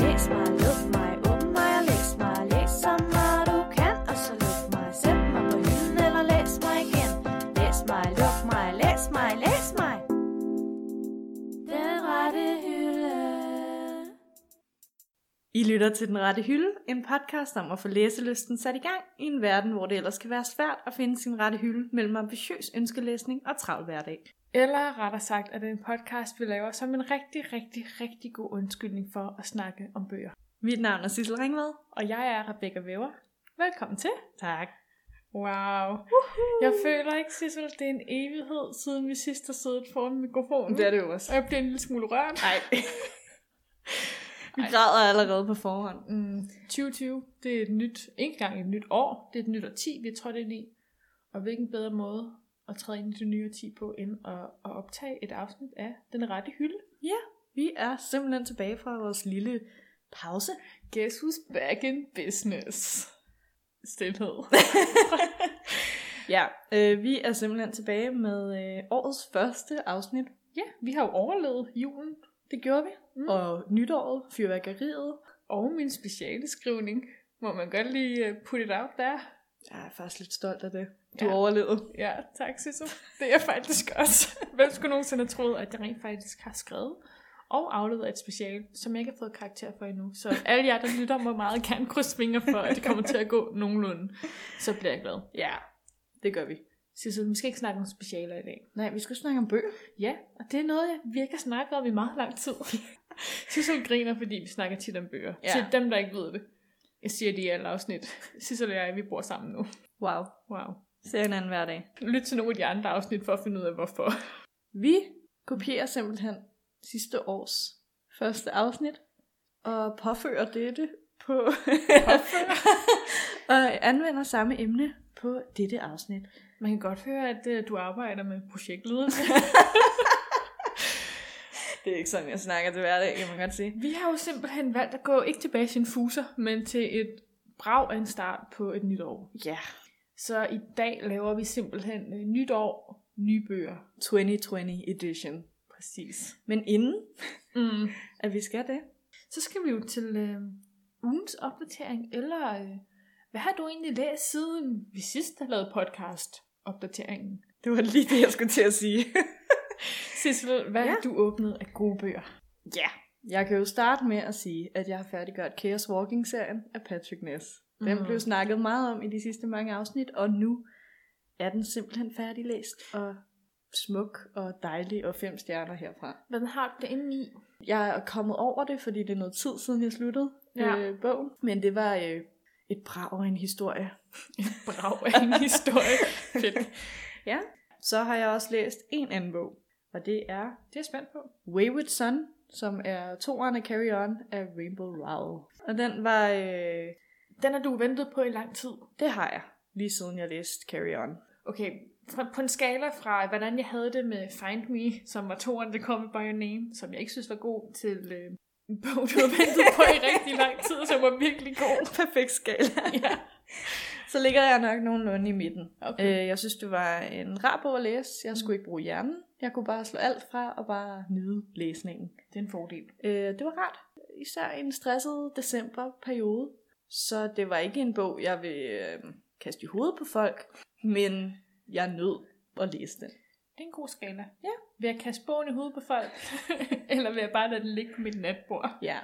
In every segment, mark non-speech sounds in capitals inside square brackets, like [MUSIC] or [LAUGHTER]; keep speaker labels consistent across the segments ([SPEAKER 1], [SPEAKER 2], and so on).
[SPEAKER 1] læs mig, luk mig, åbn mig og læs mig. Læs så meget du kan, og så luk mig. Sæt mig på hylden eller læs mig igen. Læs mig, luk mig, læs mig, læs mig. Den rette hylde.
[SPEAKER 2] I lytter til Den Rette Hylde, en podcast om at få læselysten sat i gang i en verden, hvor det ellers kan være svært at finde sin rette hylde mellem ambitiøs ønskelæsning og travl hverdag.
[SPEAKER 3] Eller rettere sagt, at det er en podcast, vi laver som en rigtig, rigtig, rigtig god undskyldning for at snakke om bøger.
[SPEAKER 2] Mit navn er Sissel Ringvad.
[SPEAKER 3] Og jeg er Rebecca Væver. Velkommen til.
[SPEAKER 2] Tak.
[SPEAKER 3] Wow. Jeg føler ikke, Sissel, det er en evighed, siden vi sidst har siddet foran mikrofonen.
[SPEAKER 2] Det er det jo også.
[SPEAKER 3] Og jeg bliver en lille smule rørt.
[SPEAKER 2] Nej. Vi
[SPEAKER 3] Ej.
[SPEAKER 2] græder allerede på forhånd.
[SPEAKER 3] Mm, 2020, det er et nyt, ikke engang et nyt år, det er et nyt årti, vi er trådt ind i. Og hvilken bedre måde at træde ind i det nye årti på, end at, at optage et afsnit af Den Rette Hylde.
[SPEAKER 2] Vi er simpelthen tilbage fra vores lille pause.
[SPEAKER 3] Guess who's back in business? Stilhed.
[SPEAKER 2] Ja, øh, vi er simpelthen tilbage med øh, årets første afsnit.
[SPEAKER 3] ja, vi har jo overlevet julen.
[SPEAKER 2] Det gjorde vi.
[SPEAKER 3] Mm.
[SPEAKER 2] Og nytåret, fyrværkeriet.
[SPEAKER 3] Og min speciale skrivning. Må man godt lige øh, put it out der?
[SPEAKER 2] Jeg er faktisk lidt stolt af det. Du
[SPEAKER 3] Ja.
[SPEAKER 2] ja. overlevede.
[SPEAKER 3] Ja, tak Sissel. Det er faktisk også. Hvem skulle nogensinde have troet, at jeg rent faktisk har skrevet og afleveret et speciale, som jeg ikke har fået karakter for endnu. Så alle jer, der lytter, må meget gerne krydse fingre for, at det kommer til at gå nogenlunde. Så bliver jeg glad.
[SPEAKER 2] Ja, det gør vi.
[SPEAKER 3] Sissel, vi skal ikke snakke om specialer i dag.
[SPEAKER 2] Nej, vi skal snakke om bøger.
[SPEAKER 3] Ja, og det er noget, jeg virkelig har snakket om i meget lang tid. Sissel griner, fordi vi snakker tit om bøger.
[SPEAKER 2] Ja.
[SPEAKER 3] Ja. Til dem, der ikke ved det. Jeg siger det i alle afsnit. Sissel og jeg, vi bor sammen nu.
[SPEAKER 2] Wow.
[SPEAKER 3] Wow.
[SPEAKER 2] Ser hinanden hver dag.
[SPEAKER 3] Lyt til nogle af de andre afsnit for at finde ud af, hvorfor.
[SPEAKER 2] Vi kopierer simpelthen sidste års første afsnit og påfører dette på... [LAUGHS] og anvender samme emne på dette afsnit.
[SPEAKER 3] Man kan godt høre, at øh, du arbejder med [LAUGHS] projektledelse.
[SPEAKER 2] Det er ikke sådan, jeg snakker til hverdag, kan man godt sige.
[SPEAKER 3] vi har jo simpelthen valgt at gå ikke tilbage til en fuser, men til et brag af en start på et nyt år.
[SPEAKER 2] Ja,
[SPEAKER 3] Så i dag laver vi simpelthen øh, nyt år, nye bøger.
[SPEAKER 2] 2020 edition.
[SPEAKER 3] Præcis.
[SPEAKER 2] Men inden
[SPEAKER 3] Mm.
[SPEAKER 2] at vi skal det,
[SPEAKER 3] Så skal vi jo til øh, ugens opdatering, eller øh, hvad har du egentlig læst siden vi sidst har lavet podcast opdateringen?
[SPEAKER 2] det var lige det, jeg skulle til at sige. [LAUGHS]
[SPEAKER 3] Sissel, hvad ja. har du åbnet af gode bøger?
[SPEAKER 2] Ja, jeg kan jo starte med at sige, at jeg har færdiggjort Chaos Walking-serien af Patrick Ness. Den
[SPEAKER 3] Mhm.
[SPEAKER 2] mm. blev snakket meget om i de sidste mange afsnit, og nu er den simpelthen færdiglæst og smuk og dejlig og fem stjerner herfra.
[SPEAKER 3] Hvad har du det inde i?
[SPEAKER 2] Jeg er kommet over det, fordi det er noget tid siden, jeg sluttede
[SPEAKER 3] Ja.
[SPEAKER 2] ja. øh, bogen, men det var øh, et brag og en historie.
[SPEAKER 3] Brav af en [LAUGHS] historie.
[SPEAKER 2] [LAUGHS]
[SPEAKER 3] Fedt.
[SPEAKER 2] Ja. Så har jeg også læst en anden bog, og det er
[SPEAKER 3] Det er jeg spændt på.
[SPEAKER 2] Wayward Son, som er toeren af Carry On af Rainbow Rowell. Og den var... Øh,
[SPEAKER 3] Den har du ventet på i lang tid.
[SPEAKER 2] Det har jeg, lige siden jeg læste Carry On. [LAUGHS]
[SPEAKER 3] Okay, fra, på en skala fra, hvordan jeg havde det med Find Me, som var toeren, der kom by your name, som jeg ikke synes var god, til øh, en bog, du har ventet på i rigtig lang tid, som var virkelig god.
[SPEAKER 2] Perfekt skala.
[SPEAKER 3] Ja.
[SPEAKER 2] [LAUGHS] Så ligger jeg nok nogenlunde i midten.
[SPEAKER 3] Okay. Mm.
[SPEAKER 2] Øh, jeg synes, det var en rar bog at læse. Jeg skulle ikke bruge hjernen. Jeg kunne bare slå alt fra og bare nyde læsningen.
[SPEAKER 3] Det er en fordel.
[SPEAKER 2] Øh, det var rart. Især i en stresset decemberperiode. Så det var ikke en bog, jeg vil øh, kaste i hovedet på folk. Men jeg nød at læse den.
[SPEAKER 3] Det er en god skala. Ja. Vil jeg kaste bogen i hovedet på folk? Eller vil jeg bare lade den ligge på mit natbord?
[SPEAKER 2] Ja.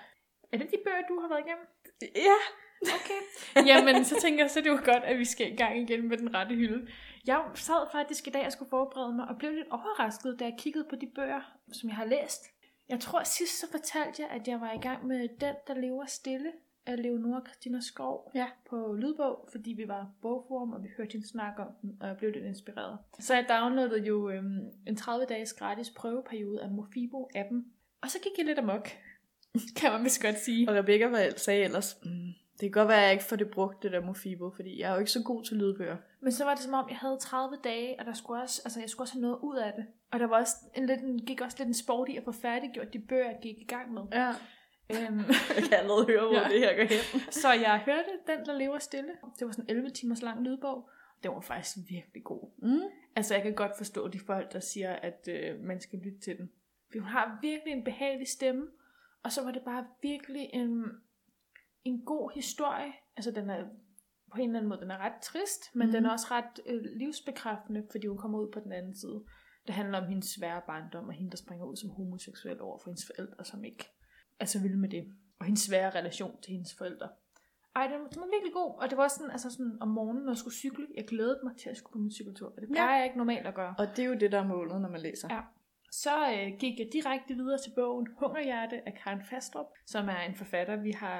[SPEAKER 3] Er det de bøger, du har været igennem?
[SPEAKER 2] Ja.
[SPEAKER 3] Okay. [LAUGHS] Jamen, så tænker jeg, så er det jo godt, at vi skal i gang igen med den rette hylde. Jeg sad faktisk i dag og skulle forberede mig, og blev lidt overrasket, da jeg kiggede på de bøger, som jeg har læst. Jeg tror sidst så fortalte jeg, at jeg var i gang med Den, der lever stille af Leonora Christina Skov
[SPEAKER 2] Ja.
[SPEAKER 3] på lydbog, fordi vi var bogforum, og vi hørte hende snakke om den, og jeg blev lidt inspireret. Så jeg downloadede jo øhm, en 30-dages gratis prøveperiode af Mofibo-appen, og så gik jeg lidt amok, [LAUGHS] kan man vist godt sige.
[SPEAKER 2] Og Rebecca var, sagde ellers, mm, det kan godt være, at jeg ikke får det brugt, det der Mofibo, fordi jeg er jo ikke så god til lydbøger.
[SPEAKER 3] Men så var det som om, jeg havde 30 dage, og der skulle også, altså, jeg skulle også have noget ud af det. Og der var også en, lidt, en, gik også lidt en sport i at få færdiggjort de bøger, jeg gik i gang med.
[SPEAKER 2] Ja.
[SPEAKER 3] øhm,
[SPEAKER 2] [LAUGHS]
[SPEAKER 3] [LAUGHS]
[SPEAKER 2] Jeg kan allerede høre, hvor
[SPEAKER 3] Ja.
[SPEAKER 2] ja. det her går hen.
[SPEAKER 3] så jeg hørte Den, der lever stille. Det var sådan en 11 timers lang lydbog. Den var faktisk virkelig god.
[SPEAKER 2] Mm.
[SPEAKER 3] Altså, jeg kan godt forstå de folk, der siger, at øh, man skal lytte til den. For hun har virkelig en behagelig stemme, Og så var det bare virkelig en, en god historie. Altså den er på en eller anden måde, den er ret trist, men mm. den er
[SPEAKER 2] Mhm.
[SPEAKER 3] også ret øh, livsbekræftende, fordi hun kommer ud på den anden side. Det handler om hendes svære barndom, og hende, der springer ud som homoseksuel over for hendes forældre, som ikke er så vilde med det. Og hendes svære relation til hendes forældre. Ej, den, den var virkelig god, og det var også sådan, altså sådan om morgenen, når jeg skulle cykle, jeg glædede mig til at skulle på min cykeltur, og det
[SPEAKER 2] Ja.
[SPEAKER 3] plejer ja. jeg ikke normalt at gøre.
[SPEAKER 2] Og det er jo det, der er målet, når man læser.
[SPEAKER 3] Ja. Så øh, gik jeg direkte videre til bogen Hungerhjerte af Karen Fastrup, som er en forfatter, vi har,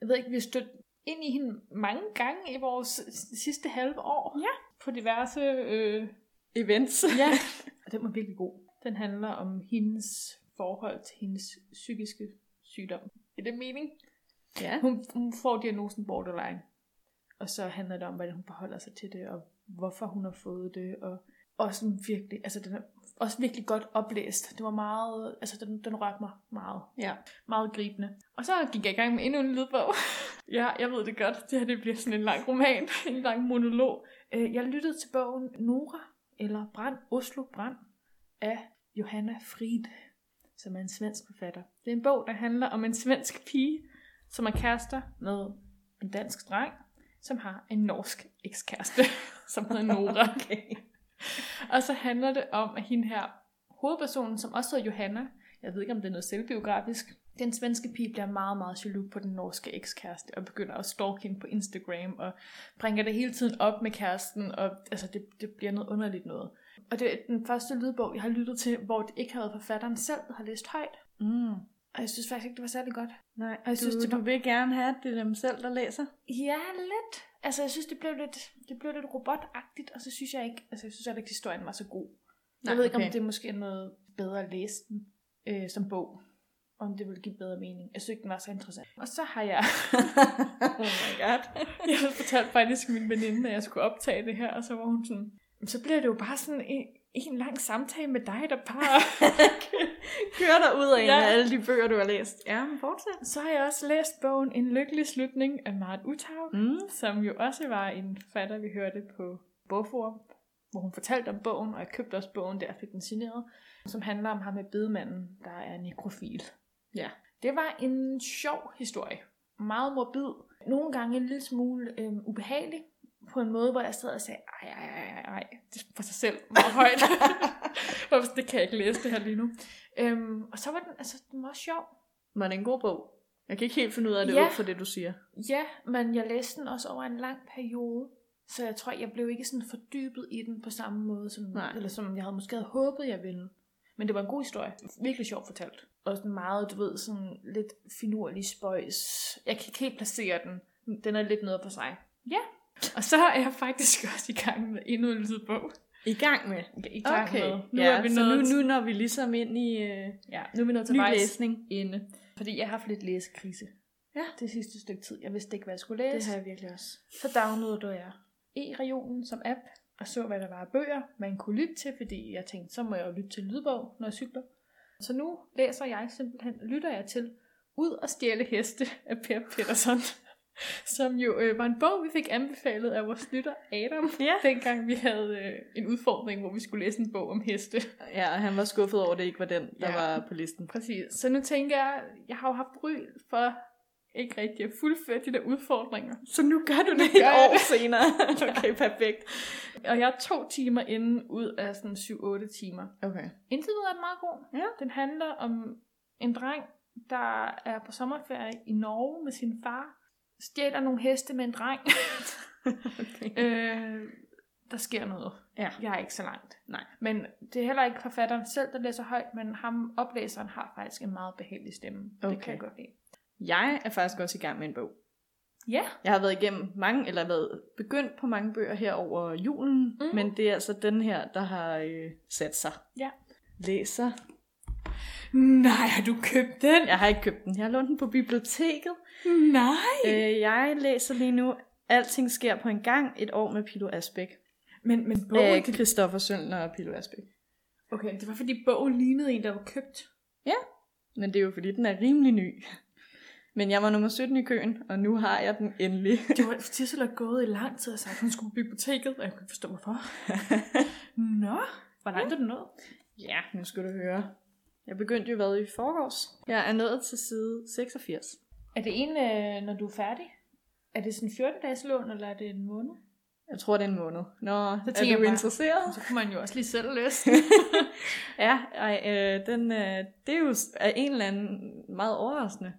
[SPEAKER 3] jeg ved ikke, vi har stødt ind i hende mange gange i vores s- sidste halve år. Ja. På diverse, øh,
[SPEAKER 2] [LAUGHS] Events.
[SPEAKER 3] ja. [LAUGHS] og den var virkelig god. Den handler om hendes forhold til hendes psykiske sygdom. Er det mening?
[SPEAKER 2] Ja.
[SPEAKER 3] Hun, hun får diagnosen borderline. Og så handler det om, hvordan hun forholder sig til det, og hvorfor hun har fået det, og også sådan virkelig, altså den er også virkelig godt oplæst. Det var meget, altså den, den rørte mig meget,
[SPEAKER 2] ja.
[SPEAKER 3] meget gribende. Og så gik jeg i gang med endnu en lydbog. [LAUGHS] ja, jeg ved det godt, det her det bliver sådan en lang roman, [LAUGHS] en lang monolog. Øh, Jeg lyttede til bogen Nora, eller Brand, Oslo Brand, af Johanna Frid, som er en svensk forfatter. Det er en bog, der handler om en svensk pige, som er kærester med en dansk dreng, som har en norsk ekskæreste, [LAUGHS] som hedder Nora.
[SPEAKER 2] Okay.
[SPEAKER 3] Og så handler det om, at hende her, hovedpersonen, som også hedder Johanna, jeg ved ikke, om det er noget selvbiografisk, den svenske pige bliver meget, meget jaloux på den norske ekskæreste, og begynder at stalke hende på Instagram, og bringer det hele tiden op med kæresten, og altså, det, det bliver noget underligt noget. Og det er den første lydbog, jeg har lyttet til, hvor det ikke har været forfatteren selv, der har læst højt,
[SPEAKER 2] Mm.
[SPEAKER 3] og jeg synes faktisk ikke, det var særlig godt.
[SPEAKER 2] Nej,
[SPEAKER 3] jeg
[SPEAKER 2] jeg
[SPEAKER 3] synes,
[SPEAKER 2] synes,
[SPEAKER 3] det
[SPEAKER 2] du,
[SPEAKER 3] var-
[SPEAKER 2] du vil gerne have, at det er dem selv, der læser.
[SPEAKER 3] Ja, lidt. Altså, jeg synes, det blev lidt, det blev lidt robotagtigt, og så synes jeg ikke, altså, jeg synes heller ikke, historien var så god. Nej, jeg ved ikke, okay. om det måske er noget bedre at læse den øh, som bog. Om det ville give bedre mening. Jeg synes ikke, den var så interessant. Og så har jeg...
[SPEAKER 2] [LAUGHS]
[SPEAKER 3] [LAUGHS]
[SPEAKER 2] oh my god. [LAUGHS]
[SPEAKER 3] jeg havde fortalt faktisk min veninde, at jeg skulle optage det her, og så var hun sådan... "Men Så bliver det jo bare sådan en, en lang samtale med dig, der bare...
[SPEAKER 2] [LAUGHS] Kør dig ud af en
[SPEAKER 3] Ja.
[SPEAKER 2] af alle de bøger, du har læst. Ja, men fortsæt.
[SPEAKER 3] så har jeg også læst bogen En lykkelig slutning af Maren Uthaug.
[SPEAKER 2] [LAUGHS] Mm.
[SPEAKER 3] som jo også var en forfatter, vi hørte på Bogforum, hvor hun fortalte om bogen, og jeg købte også bogen der og fik den signeret, som handler om ham med bedemanden, der er nekrofil.
[SPEAKER 2] Ja.
[SPEAKER 3] Det var en sjov historie. Meget morbid. Nogle gange en lille smule øhm, ubehagelig. På en måde, hvor jeg sad og sagde, ej, ej, ej, ej, ej. Det er for sig selv meget højt. [LAUGHS] Og det kan jeg ikke læse det her lige nu. Øhm, og så var den, altså, den var sjov.
[SPEAKER 2] Var det en god bog? Jeg kan ikke helt finde ud af det
[SPEAKER 3] Ja.
[SPEAKER 2] ud fra det, du siger.
[SPEAKER 3] Ja, men jeg læste den også over en lang periode, så jeg tror, jeg blev ikke sådan fordybet i den på samme måde, som,
[SPEAKER 2] Nej.
[SPEAKER 3] eller som jeg havde måske havde håbet, jeg ville. Men det var en god historie. Virkelig sjovt fortalt. Og sådan meget, du ved, sådan lidt finurlig spøjs. Jeg kan ikke helt placere den. Den er lidt noget for sig. Ja. Og så er jeg faktisk [LAUGHS] også i gang med endnu en lydbog.
[SPEAKER 2] I gang med.
[SPEAKER 3] I gang
[SPEAKER 2] Okay.
[SPEAKER 3] med.
[SPEAKER 2] Nu ja,
[SPEAKER 3] er vi
[SPEAKER 2] så
[SPEAKER 3] nået,
[SPEAKER 2] nu, nu når vi ligesom ind i øh,
[SPEAKER 3] ja, nu er vi nået til
[SPEAKER 2] ny
[SPEAKER 3] vejs
[SPEAKER 2] læsning.
[SPEAKER 3] ende. Fordi jeg har haft lidt læsekrise.
[SPEAKER 2] Ja.
[SPEAKER 3] Det sidste stykke tid. Jeg vidste ikke, hvad jeg skulle læse.
[SPEAKER 2] jeg virkelig også.
[SPEAKER 3] Så downloadede jeg e-regionen som app, og så hvad der var af bøger, man kunne lytte til, fordi jeg tænkte, så må jeg jo lytte til lydbog, når jeg cykler. Så nu læser jeg simpelthen, lytter jeg til Ud og stjæle heste af Per Peterson, [LAUGHS] som jo øh, var en bog, vi fik anbefalet af vores lytter Adam, [LAUGHS]
[SPEAKER 2] Ja.
[SPEAKER 3] dengang vi havde øh, en udfordring, hvor vi skulle læse en bog om heste.
[SPEAKER 2] Ja, og han var skuffet over, at det ikke var den, der
[SPEAKER 3] Ja.
[SPEAKER 2] ja. var på listen.
[SPEAKER 3] Præcis. Så nu tænker jeg, jeg har jo haft ry for ikke rigtig at fuldføre de der udfordringer.
[SPEAKER 2] Så nu gør du det
[SPEAKER 3] gør
[SPEAKER 2] et
[SPEAKER 3] jeg
[SPEAKER 2] år senere. [LAUGHS] okay, perfekt.
[SPEAKER 3] Og jeg er to timer inden ud af sådan 7-8 timer.
[SPEAKER 2] Okay.
[SPEAKER 3] Indtil videre er den meget god.
[SPEAKER 2] Ja.
[SPEAKER 3] Den handler om en dreng, der er på sommerferie i Norge med sin far. Stjæler nogle heste med en [LAUGHS] dreng.
[SPEAKER 2] okay.
[SPEAKER 3] øh, der sker noget.
[SPEAKER 2] Ja.
[SPEAKER 3] Jeg er ikke så langt.
[SPEAKER 2] Nej.
[SPEAKER 3] Men det er heller ikke forfatteren selv, der læser højt, men ham oplæseren har faktisk en meget behagelig stemme. Det
[SPEAKER 2] Okay.
[SPEAKER 3] kan jeg godt lide.
[SPEAKER 2] Jeg er faktisk også i gang med en bog.
[SPEAKER 3] Ja.
[SPEAKER 2] Jeg har været igennem mange, eller været begyndt på mange bøger her over julen,
[SPEAKER 3] Mm.
[SPEAKER 2] mm. men det er altså den her, der har øh, sat sig.
[SPEAKER 3] Ja.
[SPEAKER 2] Læser.
[SPEAKER 3] Nej, har du købt den?
[SPEAKER 2] Jeg har ikke købt den. Jeg har lånt den på biblioteket.
[SPEAKER 3] Nej.
[SPEAKER 2] Øh, jeg læser lige nu Alting sker på en gang, et år med Pilo Asbæk.
[SPEAKER 3] Men, men bogen...
[SPEAKER 2] Af Christoffer Søndler og Pilo Asbæk.
[SPEAKER 3] Øh, Okay, det var fordi bogen lignede en, der var købt.
[SPEAKER 2] Men det er jo fordi, den er rimelig ny. Men jeg var nummer 17 i køen, og nu har jeg den endelig. [LAUGHS]
[SPEAKER 3] Det var Tissel er gået i lang tid og sagt, at hun skulle på biblioteket, og jeg kunne ikke [LAUGHS] forstå, hvorfor. Nå, hvor langt er du nået?
[SPEAKER 2] ja, nu skal du høre. Jeg begyndte jo hvad i forgårs. Jeg er nået til side 86.
[SPEAKER 3] Er det en, øh, når du er færdig? Er det sådan 14 dages lån, eller er det en måned?
[SPEAKER 2] Jeg tror, det er en måned. Nå,
[SPEAKER 3] Så
[SPEAKER 2] så
[SPEAKER 3] tænker
[SPEAKER 2] er
[SPEAKER 3] jeg
[SPEAKER 2] du
[SPEAKER 3] bare-
[SPEAKER 2] interesseret?
[SPEAKER 3] [LAUGHS] Så kunne man jo også lige selv læse.
[SPEAKER 2] Ja, ej, øh, den, øh, det er jo s- af en eller anden meget overraskende.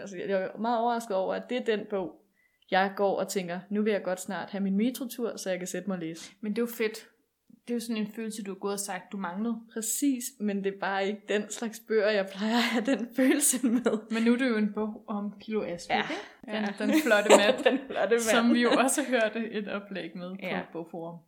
[SPEAKER 2] Altså, jeg er jo meget overrasket over, at det er den bog, jeg går og tænker, nu vil jeg godt snart have min metrotur, så jeg kan sætte mig og læse.
[SPEAKER 3] [LAUGHS] Men det er jo fedt. Det er jo sådan en følelse, du har gået og sagt, du manglede.
[SPEAKER 2] Præcis, men det er bare ikke den slags bøger, jeg plejer at have den følelse med.
[SPEAKER 3] Men nu er det jo en bog om Pilo Asbæk,
[SPEAKER 2] Ja.
[SPEAKER 3] ikke?
[SPEAKER 2] [LAUGHS]
[SPEAKER 3] Den,
[SPEAKER 2] Ja.
[SPEAKER 3] [LAUGHS] den flotte mand,
[SPEAKER 2] den flotte mand.
[SPEAKER 3] som vi jo også hørte et oplæg med på
[SPEAKER 2] Ja.
[SPEAKER 3] Bogforum.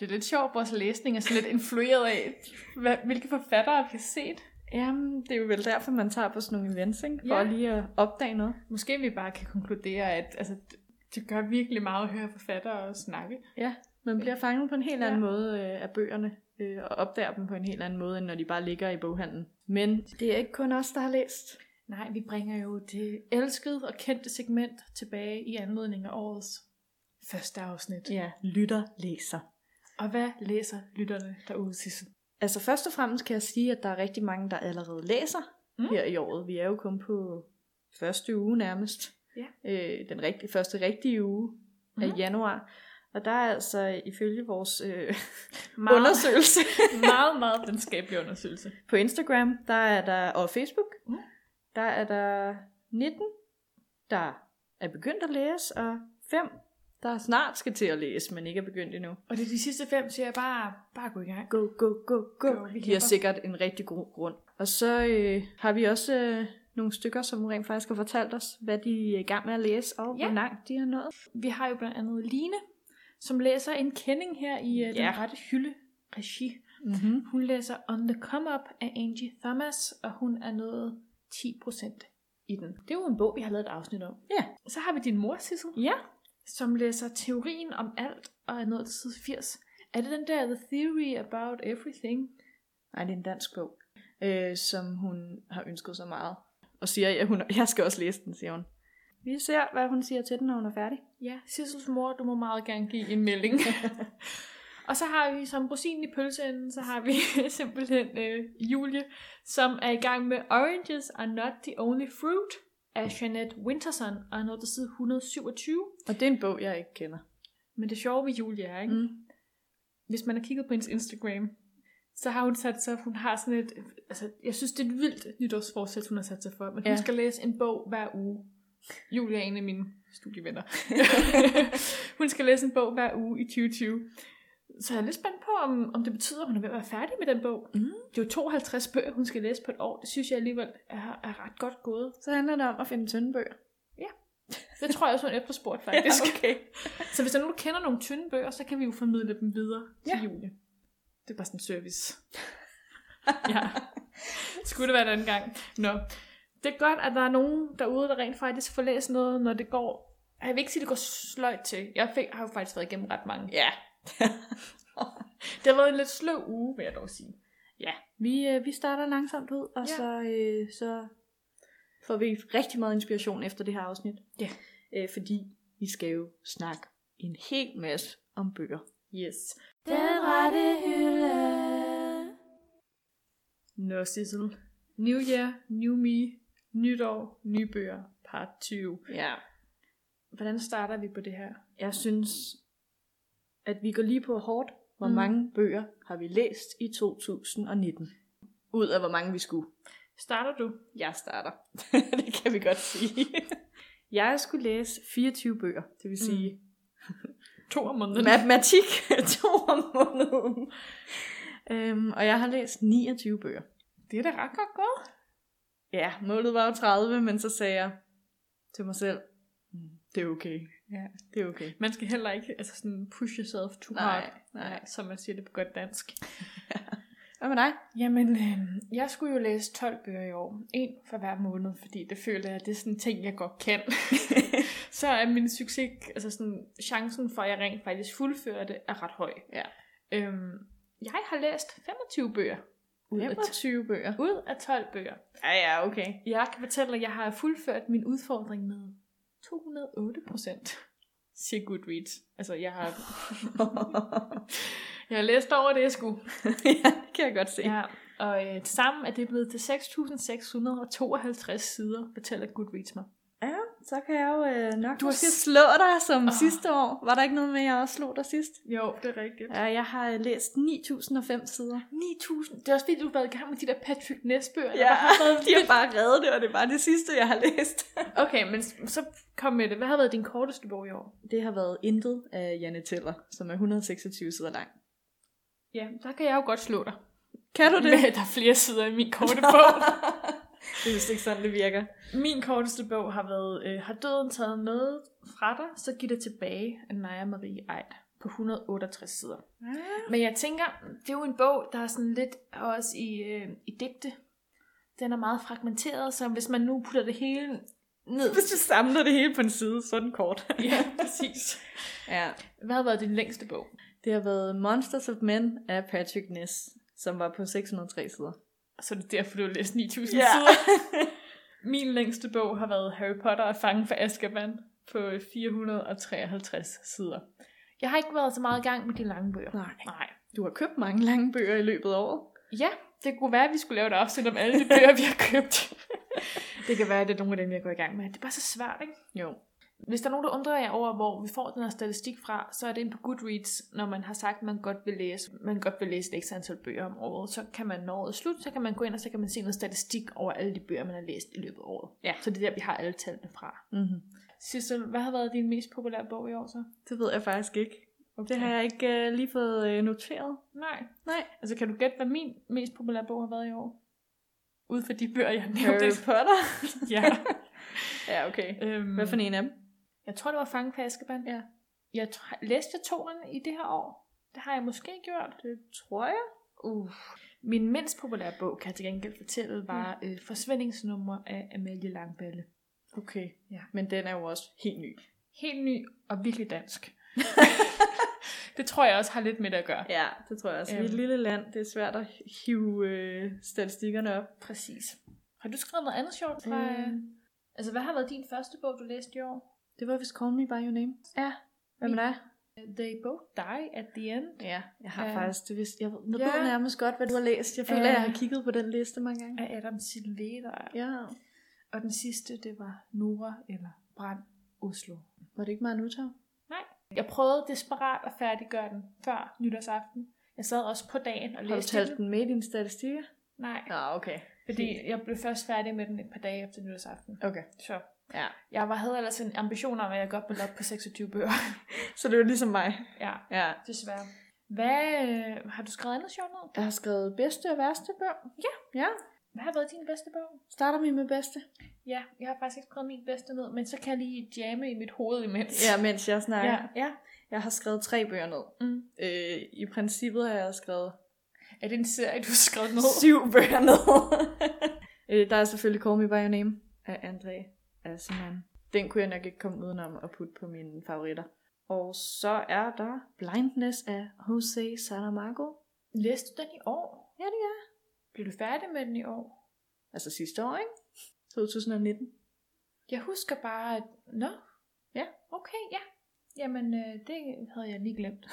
[SPEAKER 3] Det er lidt sjovt, vores læsning er sådan lidt influeret af, hvad, hvilke forfattere vi har set.
[SPEAKER 2] Jamen, det er jo vel derfor, man tager på sådan nogle events, ikke? For
[SPEAKER 3] Ja.
[SPEAKER 2] ja. lige at opdage noget.
[SPEAKER 3] Måske vi bare kan konkludere, at altså, det- det gør virkelig meget at høre forfattere og snakke.
[SPEAKER 2] Man bliver fanget på en helt anden
[SPEAKER 3] Ja.
[SPEAKER 2] Øh, ja. måde øh, af bøgerne, øh, og opdager dem på en helt anden måde, end når de bare ligger i boghandlen. Men det er ikke kun os, der har læst.
[SPEAKER 3] Nej, vi bringer jo det elskede og kendte segment tilbage i anledning af årets første afsnit.
[SPEAKER 2] Ja, lytter, læser.
[SPEAKER 3] Og hvad læser lytterne derude, Sissel?
[SPEAKER 2] Altså først og fremmest kan jeg sige, at der er rigtig mange, der allerede læser
[SPEAKER 3] Mm.
[SPEAKER 2] mm. her i året. Vi er jo kun på første uge nærmest.
[SPEAKER 3] Ja.
[SPEAKER 2] Øh, den rigtig, første rigtige uge mm. af
[SPEAKER 3] Mhm.
[SPEAKER 2] januar. Og der er altså ifølge vores øh, undersøgelse
[SPEAKER 3] [LAUGHS] meget, meget videnskabelig undersøgelse.
[SPEAKER 2] på Instagram, der er der, og Facebook,
[SPEAKER 3] Mm.
[SPEAKER 2] der er der 19, der er begyndt at læse, og 5, der snart skal til at læse, men ikke er begyndt endnu.
[SPEAKER 3] Og det er de sidste fem, siger jeg bare, bare gå i gang.
[SPEAKER 2] Go, go, go, go.
[SPEAKER 3] Go, vi
[SPEAKER 2] De har
[SPEAKER 3] kæmper.
[SPEAKER 2] sikkert en rigtig god grund. Og så øh, har vi også øh, nogle stykker, som rent faktisk har fortalt os, hvad de er i gang med at læse, og
[SPEAKER 3] Ja.
[SPEAKER 2] ja. hvor langt de har nået.
[SPEAKER 3] Vi har jo blandt andet Line, som læser en kending her i uh,
[SPEAKER 2] Ja.
[SPEAKER 3] Den Rette Hylde regi.
[SPEAKER 2] Mm-hmm.
[SPEAKER 3] Hun læser On the Come Up af Angie Thomas, og hun er nået 10% i den. Det er jo en bog, vi har lavet et afsnit om.
[SPEAKER 2] Ja.
[SPEAKER 3] Så har vi din mor, Sissel,
[SPEAKER 2] Ja.
[SPEAKER 3] som læser teorien om alt, og er nået til side 80. Er det den der The Theory About Everything?
[SPEAKER 2] Nej, det er en dansk bog, øh, som hun har ønsket så meget. Og siger, at hun, jeg skal også læse den, siger hun. Vi ser, hvad hun siger til den, når hun er færdig.
[SPEAKER 3] Ja, Sissels mor, du må meget gerne give en [LAUGHS] melding. og så har vi som rosinen i pølseenden, så har vi [LAUGHS] simpelthen øh, Julie, som er i gang med Oranges are not the only fruit af Jeanette Winterson, og er nået til side 127.
[SPEAKER 2] Og det er en bog, jeg ikke kender.
[SPEAKER 3] Men det sjove ved Julie er, ikke? Mm. hvis man har kigget på hendes Instagram, så har hun sat sig, hun har sådan et, altså jeg synes det er et vildt nytårsforsæt, hun har sat sig for, men ja. hun
[SPEAKER 2] Ja.
[SPEAKER 3] skal læse en bog hver uge. Julie er en af mine
[SPEAKER 2] [LAUGHS]
[SPEAKER 3] studievenner. hun skal læse en bog hver uge i 2020. Så jeg er lidt spændt på, om, om det betyder, at hun er ved at være færdig med den bog.
[SPEAKER 2] Mm.
[SPEAKER 3] Det er jo 52 bøger, hun skal læse på et år. Det synes jeg alligevel er, er ret godt gået.
[SPEAKER 2] Så handler det om at finde tynde bøger.
[SPEAKER 3] Det tror jeg også, hun er
[SPEAKER 2] [LAUGHS]
[SPEAKER 3] efterspurgt faktisk.
[SPEAKER 2] okay.
[SPEAKER 3] Så hvis der nu kender nogle tynde bøger, så kan vi jo formidle dem videre til ja.
[SPEAKER 2] Ja.
[SPEAKER 3] Julie. Det er bare sådan en service. [LAUGHS] ja. Skulle det være den gang. Nå. Det er godt, at der er nogen derude, der rent faktisk får læst noget, når det går... Ej, Jeg vil ikke sige, at det går sløjt til. Jeg fik, har jo faktisk været igennem ret mange.
[SPEAKER 2] Ja.
[SPEAKER 3] [LAUGHS] Det har været en lidt sløv uge, vil jeg dog sige.
[SPEAKER 2] Vi, øh, vi starter langsomt ud, og ja. så,
[SPEAKER 3] Ja.
[SPEAKER 2] øh, så får vi rigtig meget inspiration efter det her afsnit.
[SPEAKER 3] Ja.
[SPEAKER 2] Øh, fordi vi skal jo snakke en hel masse om bøger.
[SPEAKER 3] Yes.
[SPEAKER 1] Den rette hylde.
[SPEAKER 3] Nå, Sissel. New Year, New Me, Nytår, Nye Bøger, part 20.
[SPEAKER 2] Ja.
[SPEAKER 3] Hvordan starter vi på det her?
[SPEAKER 2] Jeg synes, at vi går lige på hårdt. Hvor
[SPEAKER 3] Mm.
[SPEAKER 2] mm. mange bøger har vi læst i 2019? Ud af hvor mange vi skulle.
[SPEAKER 3] Starter du?
[SPEAKER 2] Jeg starter. [LAUGHS] det kan vi godt [LAUGHS] sige. Jeg skulle læse 24 bøger, det vil sige mm.
[SPEAKER 3] To om måneden.
[SPEAKER 2] matematik [LAUGHS] to om måneden. øhm, og jeg har læst 29 bøger.
[SPEAKER 3] Det er da ret godt gået.
[SPEAKER 2] Ja, målet var jo 30, men så sagde jeg til mig selv, "Mm, det er okay.
[SPEAKER 3] Ja.
[SPEAKER 2] Det er okay.
[SPEAKER 3] Man skal heller ikke altså sådan push yourself too
[SPEAKER 2] Nej,
[SPEAKER 3] hard,
[SPEAKER 2] nej.
[SPEAKER 3] som man siger det på godt dansk.
[SPEAKER 2] Hvad med dig?
[SPEAKER 3] Jamen, øh, jeg skulle jo læse 12 bøger i år. En for hver måned, fordi det føler jeg, det er sådan en ting, jeg godt [LAUGHS] kan. så er min succes, altså sådan chancen for, at jeg rent faktisk fuldfører det, er ret høj.
[SPEAKER 2] Ja.
[SPEAKER 3] Øhm, jeg har læst 25 bøger ud af,
[SPEAKER 2] 25 bøger.
[SPEAKER 3] ud af 12 bøger.
[SPEAKER 2] Ja, ja, [LAUGHS] okay.
[SPEAKER 3] Jeg kan fortælle dig, at jeg har fuldført min udfordring med 208 procent. Siger Goodreads. Altså, jeg har, jeg har læst over det, jeg skulle.
[SPEAKER 2] ja, det kan jeg godt se.
[SPEAKER 3] Ja. Og øh, sammen er det blevet til 6.652 sider, fortæller Goodreads mig.
[SPEAKER 2] Ja, så kan jeg jo øh, nok
[SPEAKER 3] Du
[SPEAKER 2] du
[SPEAKER 3] har
[SPEAKER 2] måske
[SPEAKER 3] s-
[SPEAKER 2] slå dig som
[SPEAKER 3] Åh.
[SPEAKER 2] oh. sidste år. Var der ikke noget med, at jeg også slog dig sidst?
[SPEAKER 3] Jo, det er rigtigt.
[SPEAKER 2] Ja, jeg har øh, læst 9.005 sider.
[SPEAKER 3] 9.000. Det er også fordi, du har været i gang med de der Patrick Nesbøger.
[SPEAKER 2] Ja, de har bare reddet det, og det er bare det sidste, jeg har læst.
[SPEAKER 3] Okay, men s- så kom med det. Hvad har været din korteste bog i år?
[SPEAKER 2] Det har været Intet af Janne Teller, som er 126 sider lang.
[SPEAKER 3] Ja, der kan jeg jo godt slå dig.
[SPEAKER 2] Kan du det?
[SPEAKER 3] [LAUGHS] Men der er flere sider i min korte bog.
[SPEAKER 2] [LAUGHS] det er vist ikke sådan, det virker.
[SPEAKER 3] Min korteste bog har været øh, Har døden taget noget fra dig, så giv det tilbage af Naja Marie Eid på 168 sider. Men jeg tænker, det er jo en bog, der er sådan lidt også i, øh, i digte. Den er meget fragmenteret, så hvis man nu putter det hele ned...
[SPEAKER 2] Hvis du samler det hele på en side, så er den kort.
[SPEAKER 3] [LAUGHS] ja, præcis.
[SPEAKER 2] ja.
[SPEAKER 3] Hvad har været din længste bog?
[SPEAKER 2] Det har været Monsters of Men af Patrick Ness, som var på 603 sider.
[SPEAKER 3] Så det er derfor, du har læst 9000
[SPEAKER 2] Ja.
[SPEAKER 3] sider. Min længste bog har været Harry Potter og fangen for Azkaban på 453 sider. Jeg har ikke været så meget i gang med de lange bøger.
[SPEAKER 2] Nej.
[SPEAKER 3] Nej.
[SPEAKER 2] Du har købt mange lange bøger i løbet af året.
[SPEAKER 3] Ja, det kunne være, at vi skulle lave et afsnit om alle de bøger, vi har købt. [LAUGHS] det kan være, at det er nogle af dem, jeg går i gang med. Det er bare så svært, ikke?
[SPEAKER 2] Jo.
[SPEAKER 3] Hvis der er nogen, der undrer jer over, hvor vi får den her statistik fra, så er det inde på Goodreads, når man har sagt, at man godt vil læse, man godt vil læse et ekstra antal bøger om året. Så kan man, når året er slut, så kan man gå ind, og så kan man se noget statistik over alle de bøger, man har læst i løbet af året.
[SPEAKER 2] Ja.
[SPEAKER 3] Så det er der, vi har alle tallene fra.
[SPEAKER 2] Mm-hmm.
[SPEAKER 3] Sissel, hvad har været din mest populære bog i år så?
[SPEAKER 2] Det ved jeg faktisk ikke.
[SPEAKER 3] Okay.
[SPEAKER 2] Det har jeg ikke øh, lige fået øh, noteret.
[SPEAKER 3] Nej. [LAUGHS]
[SPEAKER 2] Nej.
[SPEAKER 3] Altså, kan du gætte, hvad min mest populære bog har været i år? Ud fra de bøger, jeg har nævnt.
[SPEAKER 2] Harry Potter?
[SPEAKER 3] [LAUGHS] ja.
[SPEAKER 2] ja, okay.
[SPEAKER 3] Øhm,
[SPEAKER 2] Hvad for en af dem?
[SPEAKER 3] Jeg tror, det var Fangen på Azkaban.
[SPEAKER 2] Ja.
[SPEAKER 3] Jeg t- læste toren i det her år. Det har jeg måske gjort. Det
[SPEAKER 2] Tror jeg.
[SPEAKER 3] Uh. Min mindst populære bog, kan jeg til gengæld fortælle, var øh, Forsvindingsnummer af Amalie Langballe.
[SPEAKER 2] Okay.
[SPEAKER 3] Ja.
[SPEAKER 2] Men den er jo også helt ny.
[SPEAKER 3] Helt ny og virkelig dansk.
[SPEAKER 2] [LAUGHS]
[SPEAKER 3] det tror jeg også har lidt med det at gøre.
[SPEAKER 2] Ja, det tror jeg også. Vi er et
[SPEAKER 3] Øhm.
[SPEAKER 2] lille land. Det er svært at hive øh, statistikkerne op. Øhm.
[SPEAKER 3] Præcis. Har du skrevet noget andet sjovt fra... Øh. Altså, hvad har været din første bog, du læste i år?
[SPEAKER 2] Det var vist Call Me By Your Name.
[SPEAKER 3] Ja.
[SPEAKER 2] Hvad med dig?
[SPEAKER 3] They both die at the end.
[SPEAKER 2] Ja, jeg har
[SPEAKER 3] Øh.
[SPEAKER 2] øh. faktisk, det vidste, jeg ved, nu
[SPEAKER 3] Ja.
[SPEAKER 2] ja. ved jeg nærmest godt, hvad du har læst. Jeg føler,
[SPEAKER 3] Øh.
[SPEAKER 2] øh. jeg har kigget på den liste mange gange.
[SPEAKER 3] Af Adam Silvera.
[SPEAKER 2] Ja.
[SPEAKER 3] Og den sidste, det var Nora eller Brand Oslo.
[SPEAKER 2] Var det ikke meget Nutau?
[SPEAKER 3] Jeg prøvede desperat at færdiggøre den før nytårsaften. Jeg sad også på dagen og
[SPEAKER 2] Har du
[SPEAKER 3] læste
[SPEAKER 2] talt den med i dine statistikker?
[SPEAKER 3] Nej,
[SPEAKER 2] Ja, okay.
[SPEAKER 3] fordi jeg blev først færdig med den et par dage efter nytårsaften.
[SPEAKER 2] Okay.
[SPEAKER 3] Så
[SPEAKER 2] Ja.
[SPEAKER 3] jeg var, havde ellers en ambition om, at jeg godt ville op på 26 bøger.
[SPEAKER 2] [LAUGHS] Så det var ligesom mig.
[SPEAKER 3] ja,
[SPEAKER 2] Ja.
[SPEAKER 3] desværre. Hvad øh, har du skrevet andet sjovt ned?
[SPEAKER 2] Jeg har skrevet bedste og værste bøger.
[SPEAKER 3] Hvad har været din bedste bog?
[SPEAKER 2] Starter vi med bedste?
[SPEAKER 3] Ja, jeg har faktisk ikke skrevet min bedste ned, men så kan jeg lige jamme i mit hoved imens.
[SPEAKER 2] Ja, mens jeg snakker.
[SPEAKER 3] Ja.
[SPEAKER 2] ja. Jeg har skrevet tre bøger ned.
[SPEAKER 3] Mm.
[SPEAKER 2] Øh, I princippet har jeg skrevet
[SPEAKER 3] Er det en serie, du har skrevet ned?
[SPEAKER 2] syv bøger ned. [LAUGHS] øh, der er selvfølgelig Call Me By Your Name af André Asselmann. Den kunne jeg nok ikke komme udenom at putte på mine favoritter. Og så er der Blindness af Jose Saramago.
[SPEAKER 3] Læste du den i år?
[SPEAKER 2] Ja, det er.
[SPEAKER 3] Blev du færdig med den i år?
[SPEAKER 2] Altså sidste år, [LAUGHS] ikke? 2019.
[SPEAKER 3] Jeg husker bare, at... Nå, ja, okay, ja. Jamen, øh, det havde jeg lige glemt.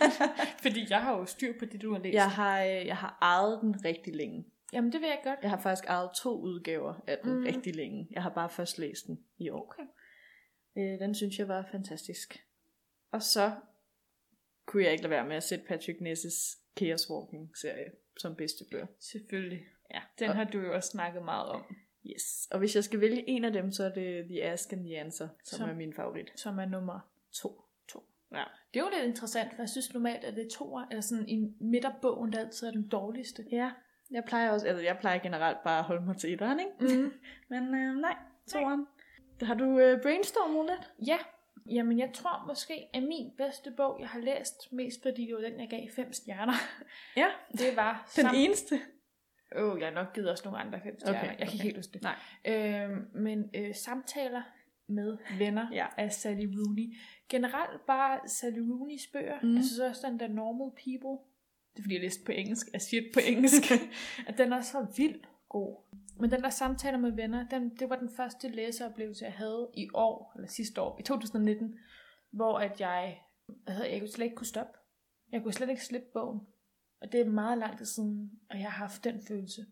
[SPEAKER 3] [LAUGHS] Fordi jeg har jo styr på det, du har læst.
[SPEAKER 2] jeg, har, øh, jeg har ejet den rigtig længe.
[SPEAKER 3] Jamen, det vil jeg godt.
[SPEAKER 2] Jeg har faktisk ejet to udgaver af den
[SPEAKER 3] Mm.
[SPEAKER 2] mm. rigtig længe. Jeg har bare først læst den i år.
[SPEAKER 3] Okay.
[SPEAKER 2] Øh, den synes jeg var fantastisk. Og så kunne jeg ikke lade være med at sætte Patrick Ness' Chaos Walking-serie som bedste bøger.
[SPEAKER 3] Selvfølgelig.
[SPEAKER 2] Ja,
[SPEAKER 3] Den
[SPEAKER 2] og,
[SPEAKER 3] har du jo også snakket meget om,
[SPEAKER 2] yes. og hvis jeg skal vælge en af dem, så er det The Ask and the Answer, som
[SPEAKER 3] Som-
[SPEAKER 2] er min favorit.
[SPEAKER 3] som er nummer
[SPEAKER 2] To.
[SPEAKER 3] to.
[SPEAKER 2] Ja.
[SPEAKER 3] Det er jo lidt interessant, for jeg synes normalt, at det er toer, eller sådan i midterbogen, der altid er den dårligste.
[SPEAKER 2] ja. Jeg plejer også, altså jeg plejer generelt bare at holde mig til etteren, ikke?
[SPEAKER 3] Mm.
[SPEAKER 2] Men øh, nej, toeren. Har du øh, brainstormet lidt?
[SPEAKER 3] Ja, jamen jeg tror måske, at min bedste bog, jeg har læst, mest fordi det var den, jeg gav fem stjerner, [LAUGHS]
[SPEAKER 2] Ja.
[SPEAKER 3] det var
[SPEAKER 2] Den
[SPEAKER 3] Sammen-
[SPEAKER 2] eneste?
[SPEAKER 3] Åh, oh, jeg har nok givet også nogle andre fem stjerner. Okay,
[SPEAKER 2] Okay,
[SPEAKER 3] jeg kan
[SPEAKER 2] okay.
[SPEAKER 3] okay. ikke helt huske det.
[SPEAKER 2] Nej.
[SPEAKER 3] Øhm, men øh, samtaler med venner ja.
[SPEAKER 2] Ja.
[SPEAKER 3] af Sally Rooney. Generelt bare Sally Rooneys bøger. Mm.
[SPEAKER 2] Mm.
[SPEAKER 3] Jeg synes også, den der Normal People, det er fordi, jeg læste på engelsk, jeg siger det på engelsk, at den er så vildt god. Men den der samtaler med venner, den, det var den første læseoplevelse, jeg havde i år, eller sidste år, i 2019, hvor at jeg, altså, jeg kunne slet ikke kunne stoppe. Jeg kunne slet ikke slippe bogen. Og det er meget lang tid siden, og jeg har haft den følelse.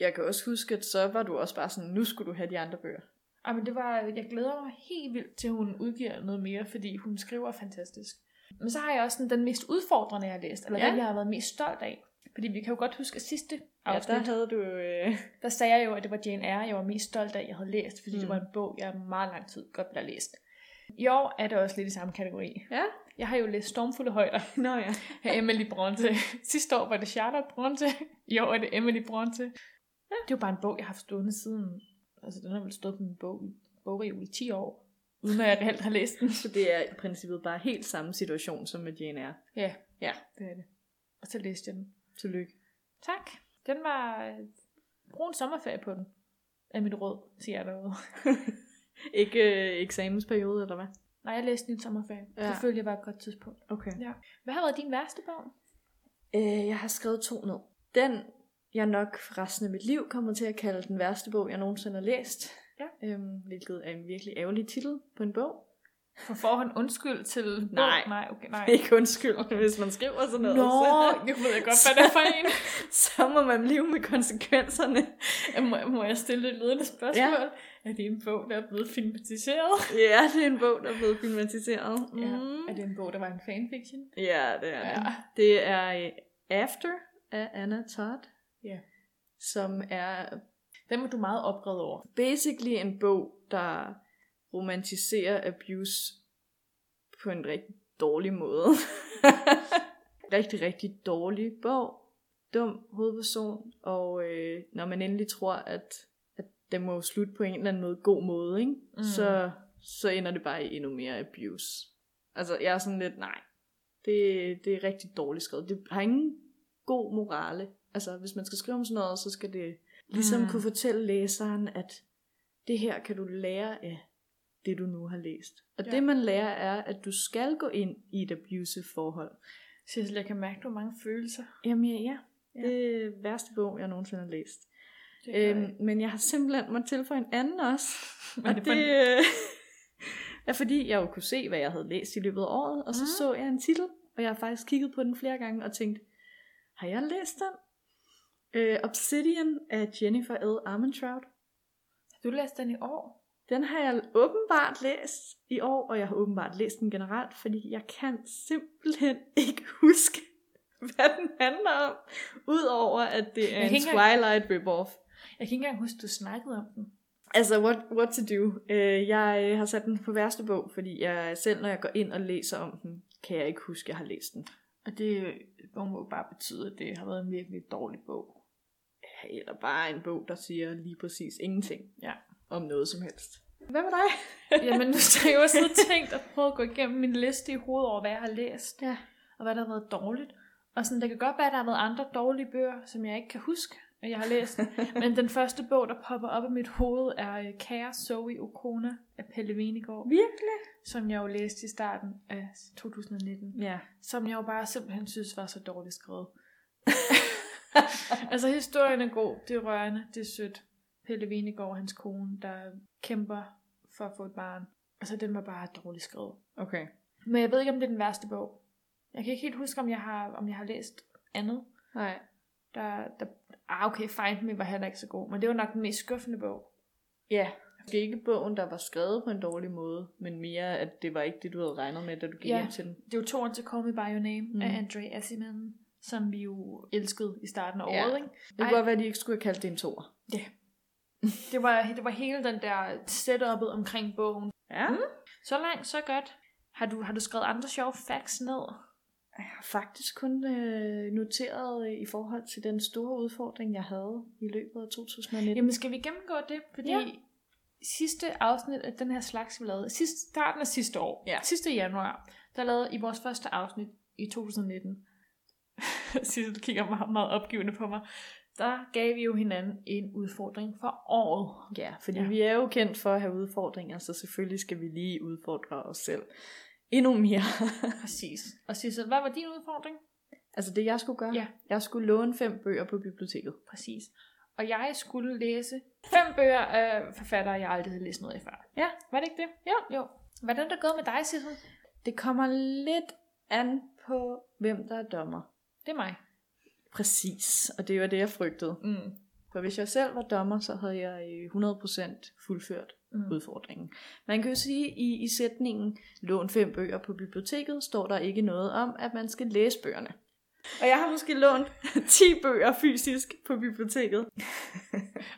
[SPEAKER 2] Jeg kan også huske, at så var du også bare sådan, nu skulle du have de andre bøger.
[SPEAKER 3] Ej, men det var, jeg glæder mig helt vildt til, at hun udgiver noget mere, fordi hun skriver fantastisk. Men så har jeg også sådan, den mest udfordrende, jeg har læst, eller
[SPEAKER 2] Ja.
[SPEAKER 3] ja. den, jeg har været mest stolt af. Fordi vi kan jo godt huske at sidste afsnit,
[SPEAKER 2] Ja, der havde du... Øh...
[SPEAKER 3] [LAUGHS] der sagde jeg jo, at det var Jane Eyre, jeg var mest stolt af, jeg havde læst, fordi mm.
[SPEAKER 2] Mm.
[SPEAKER 3] det var en bog, jeg meget lang tid godt ville have læst. I år er det også lidt i samme kategori.
[SPEAKER 2] Ja.
[SPEAKER 3] Jeg har jo læst Stormfulde Højder
[SPEAKER 2] Nå ja.
[SPEAKER 3] af Emily Bronte. [LAUGHS] Sidste år var det Charlotte Bronte. I år er det Emily Bronte. Ja. Det er jo bare en bog, jeg har haft stående siden... Altså, den har vel stået på min bog, bogreol i 10 år, uden at jeg reelt har læst den.
[SPEAKER 2] Så det er i princippet bare helt samme situation, som med Jane er.
[SPEAKER 3] Ja,
[SPEAKER 2] Ja.
[SPEAKER 3] det er det. Og så læste jeg den. [LAUGHS]
[SPEAKER 2] Tillykke.
[SPEAKER 3] Tak. Den var... øh, Brug en sommerferie på den. Er mit råd, siger jeg derude.
[SPEAKER 2] Ikke øh, eksamensperiode, eller hvad?
[SPEAKER 3] Nej, jeg læste den i en sommerferie. Ja.
[SPEAKER 2] Ja.
[SPEAKER 3] Det følte jeg var et godt tidspunkt.
[SPEAKER 2] Okay.
[SPEAKER 3] Hvad har været din værste bog?
[SPEAKER 2] Øh, jeg har skrevet to ned. Den, jeg nok for resten af mit liv kommer til at kalde den værste bog, jeg nogensinde har læst.
[SPEAKER 3] Ja.
[SPEAKER 2] Øhm, hvilket er en virkelig ærgerlig titel på en bog.
[SPEAKER 3] På forhånd undskyld til...
[SPEAKER 2] Nej.
[SPEAKER 3] Nej, okay, nej.
[SPEAKER 2] [LAUGHS] Ikke undskyld, hvis man skriver sådan noget.
[SPEAKER 3] Nå,
[SPEAKER 2] Så,
[SPEAKER 3] jeg ved jeg godt, hvad det er for en.
[SPEAKER 2] så må man leve med konsekvenserne.
[SPEAKER 3] Må, må jeg stille et ledende spørgsmål? Ja. Er det en bog, der er blevet filmatiseret?
[SPEAKER 2] Ja, det er en bog, der er blevet filmatiseret. Mm.
[SPEAKER 3] Er det en bog, der var en fanfiction?
[SPEAKER 2] Ja, det er det.
[SPEAKER 3] Ja.
[SPEAKER 2] Det er øh, After af Anna Todd.
[SPEAKER 3] Ja.
[SPEAKER 2] Som er
[SPEAKER 3] Den var du meget oprevet over.
[SPEAKER 2] basically en bog, der romantiserer abuse på en rigtig dårlig måde. [LAUGHS] rigtig, rigtig dårlig bog. Dum hovedperson. Og øh, når man endelig tror, at, at den må jo slutte på en eller anden måde god måde, ikke?
[SPEAKER 3] Mm.
[SPEAKER 2] Mm. Så, så ender det bare i endnu mere abuse. Altså, jeg er sådan lidt, nej, det, det er rigtig dårligt skrevet. Det har ingen god morale. Altså, hvis man skal skrive om sådan noget, så skal det ligesom
[SPEAKER 3] Mm.
[SPEAKER 2] mm. kunne fortælle læseren, at det her kan du lære af det, du nu har læst. Og
[SPEAKER 3] Ja.
[SPEAKER 2] ja. det, man lærer, er, at du skal gå ind i et abusive forhold.
[SPEAKER 3] Cecil, jeg kan mærke, du har mange følelser.
[SPEAKER 2] Jamen ja, ja.
[SPEAKER 3] Ja.
[SPEAKER 2] det er værste bog, jeg nogensinde har læst.
[SPEAKER 3] Det er
[SPEAKER 2] Øhm, men jeg har simpelthen måttet tilføje en anden også.
[SPEAKER 3] [LAUGHS] Hvad er
[SPEAKER 2] Og
[SPEAKER 3] det
[SPEAKER 2] det,
[SPEAKER 3] for en?
[SPEAKER 2] øh, [LAUGHS] er fordi, jeg jo kunne se, hvad jeg havde læst i løbet af året, og så
[SPEAKER 3] Mm.
[SPEAKER 2] mm. så jeg en titel, og jeg har faktisk kigget på den flere gange og tænkt, har jeg læst den? Øh, Obsidian af Jennifer L. Armentrout.
[SPEAKER 3] Du læste den i år?
[SPEAKER 2] Den har jeg åbenbart læst i år, og jeg har åbenbart læst den generelt, fordi jeg kan simpelthen [LAUGHS] ikke huske, hvad den handler om, udover at det er
[SPEAKER 3] Jeg
[SPEAKER 2] en
[SPEAKER 3] kan ikke
[SPEAKER 2] Twilight rip-off.
[SPEAKER 3] Jeg kan ikke engang huske, du snakkede om den.
[SPEAKER 2] Altså, what, what to do? Øh, jeg øh, har sat den på værste bog, fordi jeg selv, når jeg går ind og læser om den, kan jeg ikke huske, at jeg har læst den.
[SPEAKER 3] Og det bog må bare betyde, at det har været en virkelig dårlig bog.
[SPEAKER 2] Eller bare en bog, der siger lige præcis ingenting
[SPEAKER 3] Ja.
[SPEAKER 2] om noget som helst. Hvad med dig?
[SPEAKER 3] [LAUGHS] Jamen, nu har jeg jo også tænkt at prøve at gå igennem min liste i hovedet over, hvad jeg har læst.
[SPEAKER 2] Ja.
[SPEAKER 3] Og hvad der har været dårligt. Og sådan, det kan godt være, at der har været andre dårlige bøger, som jeg ikke kan huske, at jeg har [LAUGHS] læst. Men den første bog, der popper op i mit hoved, er øh, Kære Zoe Okona af Pelle Venegård,
[SPEAKER 2] Virkelig?
[SPEAKER 3] som jeg jo læste i starten af 2019.
[SPEAKER 2] Ja.
[SPEAKER 3] som jeg jo bare simpelthen synes var så dårligt skrevet. altså historien er god, det er rørende, det er sødt. Pelle Venegård, hans kone, der kæmper for at få et barn. Altså den var bare dårligt skrevet.
[SPEAKER 2] Okay.
[SPEAKER 3] Men jeg ved ikke, om det er den værste bog. Jeg kan ikke helt huske, om jeg har, om jeg har læst andet.
[SPEAKER 2] Nej.
[SPEAKER 3] Der, der, ah, okay, Find Me var heller ikke så god, men det var nok den mest skuffende bog.
[SPEAKER 2] Ja. Måske ikke bogen, der var skrevet på en dårlig måde, men mere, at det var ikke det, du havde regnet med, da du gik
[SPEAKER 3] Ja.
[SPEAKER 2] ja. hjem til den.
[SPEAKER 3] Det var toren til Call Me By Your Name mm.
[SPEAKER 2] Mm.
[SPEAKER 3] af Andre Asiman, som vi jo elskede i starten af
[SPEAKER 2] Ja.
[SPEAKER 3] året, ikke?
[SPEAKER 2] Det kunne
[SPEAKER 3] Ej.
[SPEAKER 2] godt være, at de ikke skulle have kaldt det en toer.
[SPEAKER 3] Ja. Det var, det var hele den der setup'et omkring bogen.
[SPEAKER 2] Ja. Mm.
[SPEAKER 3] Så langt, så godt. Har du, har du skrevet andre sjove facts ned?
[SPEAKER 2] Jeg har faktisk kun øh, noteret øh, i forhold til den store udfordring, jeg havde i løbet af 2019.
[SPEAKER 3] Jamen, skal vi gennemgå det? Fordi ja.
[SPEAKER 2] Ja.
[SPEAKER 3] sidste afsnit af den her slags, vi lavede, sidste, starten af sidste år,
[SPEAKER 2] Ja.
[SPEAKER 3] sidste januar, der lavede i vores første afsnit i 2019, [LAUGHS] Sissel kigger meget, meget opgivende på mig, der gav vi jo hinanden en udfordring for året.
[SPEAKER 2] Ja, fordi
[SPEAKER 3] Ja.
[SPEAKER 2] ja. vi er jo kendt for at have udfordringer, så selvfølgelig skal vi lige udfordre os selv endnu mere.
[SPEAKER 3] Præcis. Og Sissel, hvad var din udfordring?
[SPEAKER 2] [LAUGHS] altså det, jeg skulle gøre,
[SPEAKER 3] Ja.
[SPEAKER 2] jeg skulle låne fem bøger på biblioteket.
[SPEAKER 3] Præcis. Og jeg skulle læse fem bøger af forfattere, jeg aldrig havde læst noget af før.
[SPEAKER 2] Ja.
[SPEAKER 3] Var det ikke det? Jo. jo. Hvordan er det gået med dig, Sissel?
[SPEAKER 2] Det kommer lidt an på, hvem der er dommer.
[SPEAKER 3] Det er mig.
[SPEAKER 2] Præcis, og det var det, jeg frygtede.
[SPEAKER 3] Mm.
[SPEAKER 2] For hvis jeg selv var dommer, så havde jeg øh, 100% fuldført
[SPEAKER 3] Mm.
[SPEAKER 2] udfordringen. Man kan jo sige, at i, i sætningen lån fem bøger på biblioteket, står der ikke noget om, at man skal læse bøgerne. Og jeg har måske lånt [LAUGHS] 10 bøger fysisk på biblioteket.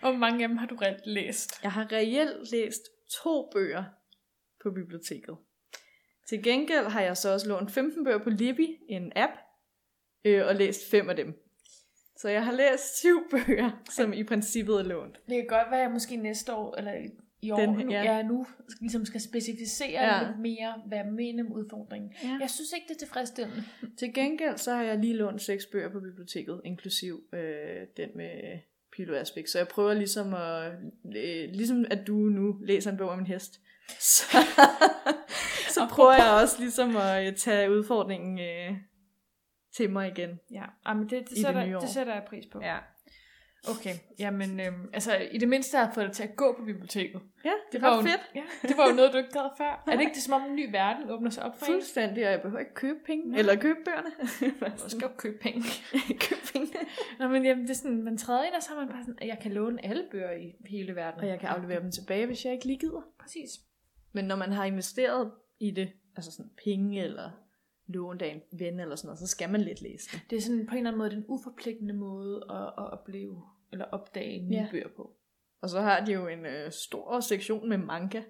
[SPEAKER 3] Og hvor mange af dem har du reelt læst?
[SPEAKER 2] Jeg har reelt læst to bøger på biblioteket. Til gengæld har jeg så også lånt 15 bøger på Libby, en app, øh, og læst fem af dem. Så jeg har læst syv [LAUGHS] bøger, som i princippet er lånt.
[SPEAKER 3] Det kan godt være, at jeg måske næste år, eller i- i år,
[SPEAKER 2] Den-
[SPEAKER 3] Den, nu,
[SPEAKER 2] ja.
[SPEAKER 3] ja. jeg nu ligesom skal specificere
[SPEAKER 2] Ja.
[SPEAKER 3] ja. lidt mere, hvad jeg mener med udfordringen.
[SPEAKER 2] Ja.
[SPEAKER 3] Jeg synes ikke, det er tilfredsstillende.
[SPEAKER 2] Til gengæld så har jeg lige lånt seks bøger på biblioteket, inklusiv øh, den med Pilo Asbæk. Så jeg prøver ligesom at, øh, ligesom at du nu læser en bog om en hest. [LAUGHS] Så, så prøver jeg også ligesom at øh, tage udfordringen øh, til mig igen.
[SPEAKER 3] Ja, jamen det, det,
[SPEAKER 2] I
[SPEAKER 3] sætter,
[SPEAKER 2] det nye
[SPEAKER 3] det,
[SPEAKER 2] år.
[SPEAKER 3] det sætter jeg pris på.
[SPEAKER 2] Ja,
[SPEAKER 3] Okay, jamen øhm, altså i det mindste har jeg fået dig til at gå på biblioteket.
[SPEAKER 2] ja det,
[SPEAKER 3] var
[SPEAKER 2] var
[SPEAKER 3] jo,
[SPEAKER 2] fedt.
[SPEAKER 3] Ja, det var jo noget, du ikke gad før. Er det ikke det, som om en ny verden åbner sig op for en?
[SPEAKER 2] Fuldstændig, og jeg behøver ikke købe penge.
[SPEAKER 3] Nej.
[SPEAKER 2] Eller købe bøgerne.
[SPEAKER 3] [LAUGHS] Du skal jo købe penge.
[SPEAKER 2] købe penge.
[SPEAKER 3] Nå, men jamen, det er sådan, man træder ind, og så er man bare sådan, at jeg kan låne alle bøger i hele verden.
[SPEAKER 2] Og jeg kan aflevere dem tilbage, hvis jeg ikke lige gider.
[SPEAKER 3] Præcis.
[SPEAKER 2] Men når man har investeret i det, altså sådan penge eller lånt af en ven eller sådan noget, så skal man lidt læse det.
[SPEAKER 3] Det er sådan på en eller anden måde den uforpligtende måde at, at opleve eller opdage nye
[SPEAKER 2] Ja.
[SPEAKER 3] ja. bøger på.
[SPEAKER 2] Og så har de jo en øh, stor sektion med
[SPEAKER 3] [LAUGHS]
[SPEAKER 2] manga.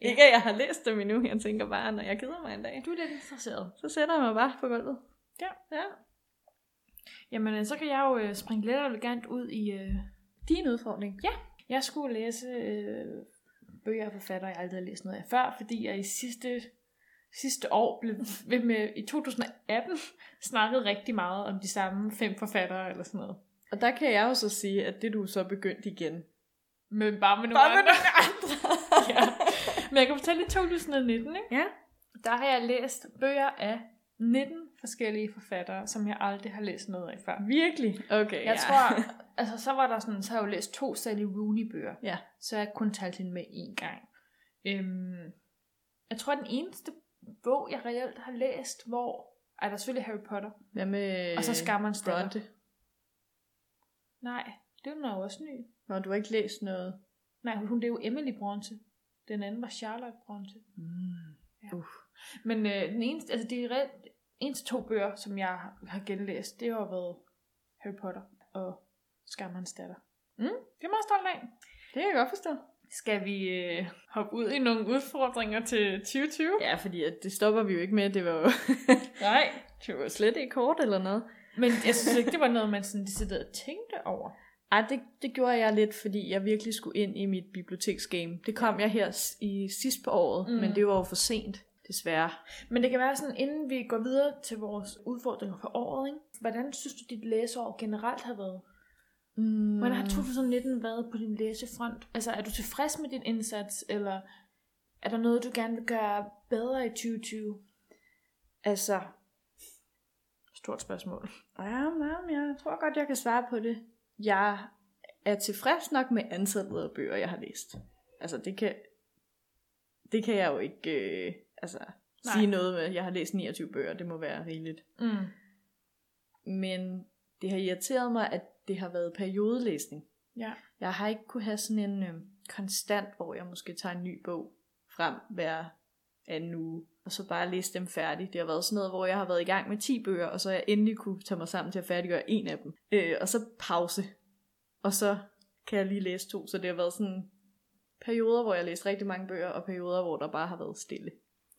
[SPEAKER 2] Ikke at jeg har læst dem endnu, jeg tænker bare, når jeg gider mig en dag,
[SPEAKER 3] Du er lidt interesseret.
[SPEAKER 2] så sætter jeg mig bare på gulvet.
[SPEAKER 3] Ja.
[SPEAKER 2] ja.
[SPEAKER 3] Jamen, øh, så kan jeg jo øh, springe lidt elegant ud i... Øh...
[SPEAKER 2] Din udfordring.
[SPEAKER 3] Jeg skulle læse øh, bøger og forfatter, jeg aldrig har læst noget af før, fordi jeg i sidste, sidste år blev ved med... I 2018 snakkede rigtig meget om de samme fem forfattere eller sådan noget.
[SPEAKER 2] Og der kan jeg jo så sige, at det du er så begyndt igen.
[SPEAKER 3] Men bare med nogle
[SPEAKER 2] Bare med
[SPEAKER 3] andre.
[SPEAKER 2] [LAUGHS]
[SPEAKER 3] ja. Men jeg kan fortælle, i 2019, ikke?
[SPEAKER 2] Ja.
[SPEAKER 3] der har jeg læst bøger af 19 forskellige forfattere, som jeg aldrig har læst noget af før.
[SPEAKER 2] Virkelig? Okay,
[SPEAKER 3] Jeg
[SPEAKER 2] ja. [LAUGHS]
[SPEAKER 3] tror, altså så var der sådan, så har jeg jo læst to Sally Rooney bøger,
[SPEAKER 2] Ja.
[SPEAKER 3] så jeg kun talt hende med én gang. Øhm, jeg tror, den eneste bog, jeg reelt har læst, hvor... Ej, der er selvfølgelig Harry Potter.
[SPEAKER 2] Hvad med
[SPEAKER 3] Og så Skammerens datter.
[SPEAKER 2] Bronte?
[SPEAKER 3] Nej, det er jo også ny.
[SPEAKER 2] Nå, du har ikke læst noget.
[SPEAKER 3] Nej, hun det er jo Emily Bronte. Den anden var Charlotte Bronte.
[SPEAKER 2] Mm.
[SPEAKER 3] Men øh, den eneste, altså de reelt, eneste to bøger, som jeg har genlæst, det har været Harry Potter og Skammerens datter. Mm, det er jeg meget stolt af.
[SPEAKER 2] Det kan jeg godt forstå.
[SPEAKER 3] Skal vi øh, hoppe ud i nogle udfordringer til 2020?
[SPEAKER 2] Ja, fordi at det stopper vi jo ikke med. Det var jo [LAUGHS]
[SPEAKER 3] Nej.
[SPEAKER 2] det var slet ikke kort eller noget.
[SPEAKER 3] Men jeg synes ikke, det var noget, man sådan decideret tænkte over.
[SPEAKER 2] Ej, det, det gjorde jeg lidt, fordi jeg virkelig skulle ind i mit biblioteksgame. Det kom jeg her s- i sidst på året, mm.
[SPEAKER 3] Mm.
[SPEAKER 2] men det var jo for sent, desværre.
[SPEAKER 3] Men det kan være sådan, inden vi går videre til vores udfordringer for året, ikke? hvordan synes du, dit læseår generelt har været?
[SPEAKER 2] Mm.
[SPEAKER 3] Hvordan har 2019 været på din læsefront? Altså, er du tilfreds med din indsats, eller er der noget, du gerne vil gøre bedre i 2020?
[SPEAKER 2] Altså,
[SPEAKER 3] Stort spørgsmål.
[SPEAKER 2] ja, mam, jeg tror godt, jeg kan svare på det. Jeg er tilfreds nok med antallet af bøger, jeg har læst. Altså, det kan, det kan jeg jo ikke øh, altså,
[SPEAKER 3] Nej.
[SPEAKER 2] sige noget med. Jeg har læst 29 bøger, det må være rigeligt.
[SPEAKER 3] Mm.
[SPEAKER 2] Men det har irriteret mig, at det har været periodelæsning.
[SPEAKER 3] Ja.
[SPEAKER 2] Jeg har ikke kunne have sådan en øh, konstant, hvor jeg måske tager en ny bog frem hver anden uge, og så bare læse dem færdig. Det har været sådan noget, hvor jeg har været i gang med 10 bøger, og så jeg endelig kunne tage mig sammen til at færdiggøre en af dem. Øh, og så pause. Og så kan jeg lige læse to, så det har været sådan perioder, hvor jeg læste rigtig mange bøger, og perioder, hvor der bare har været stille.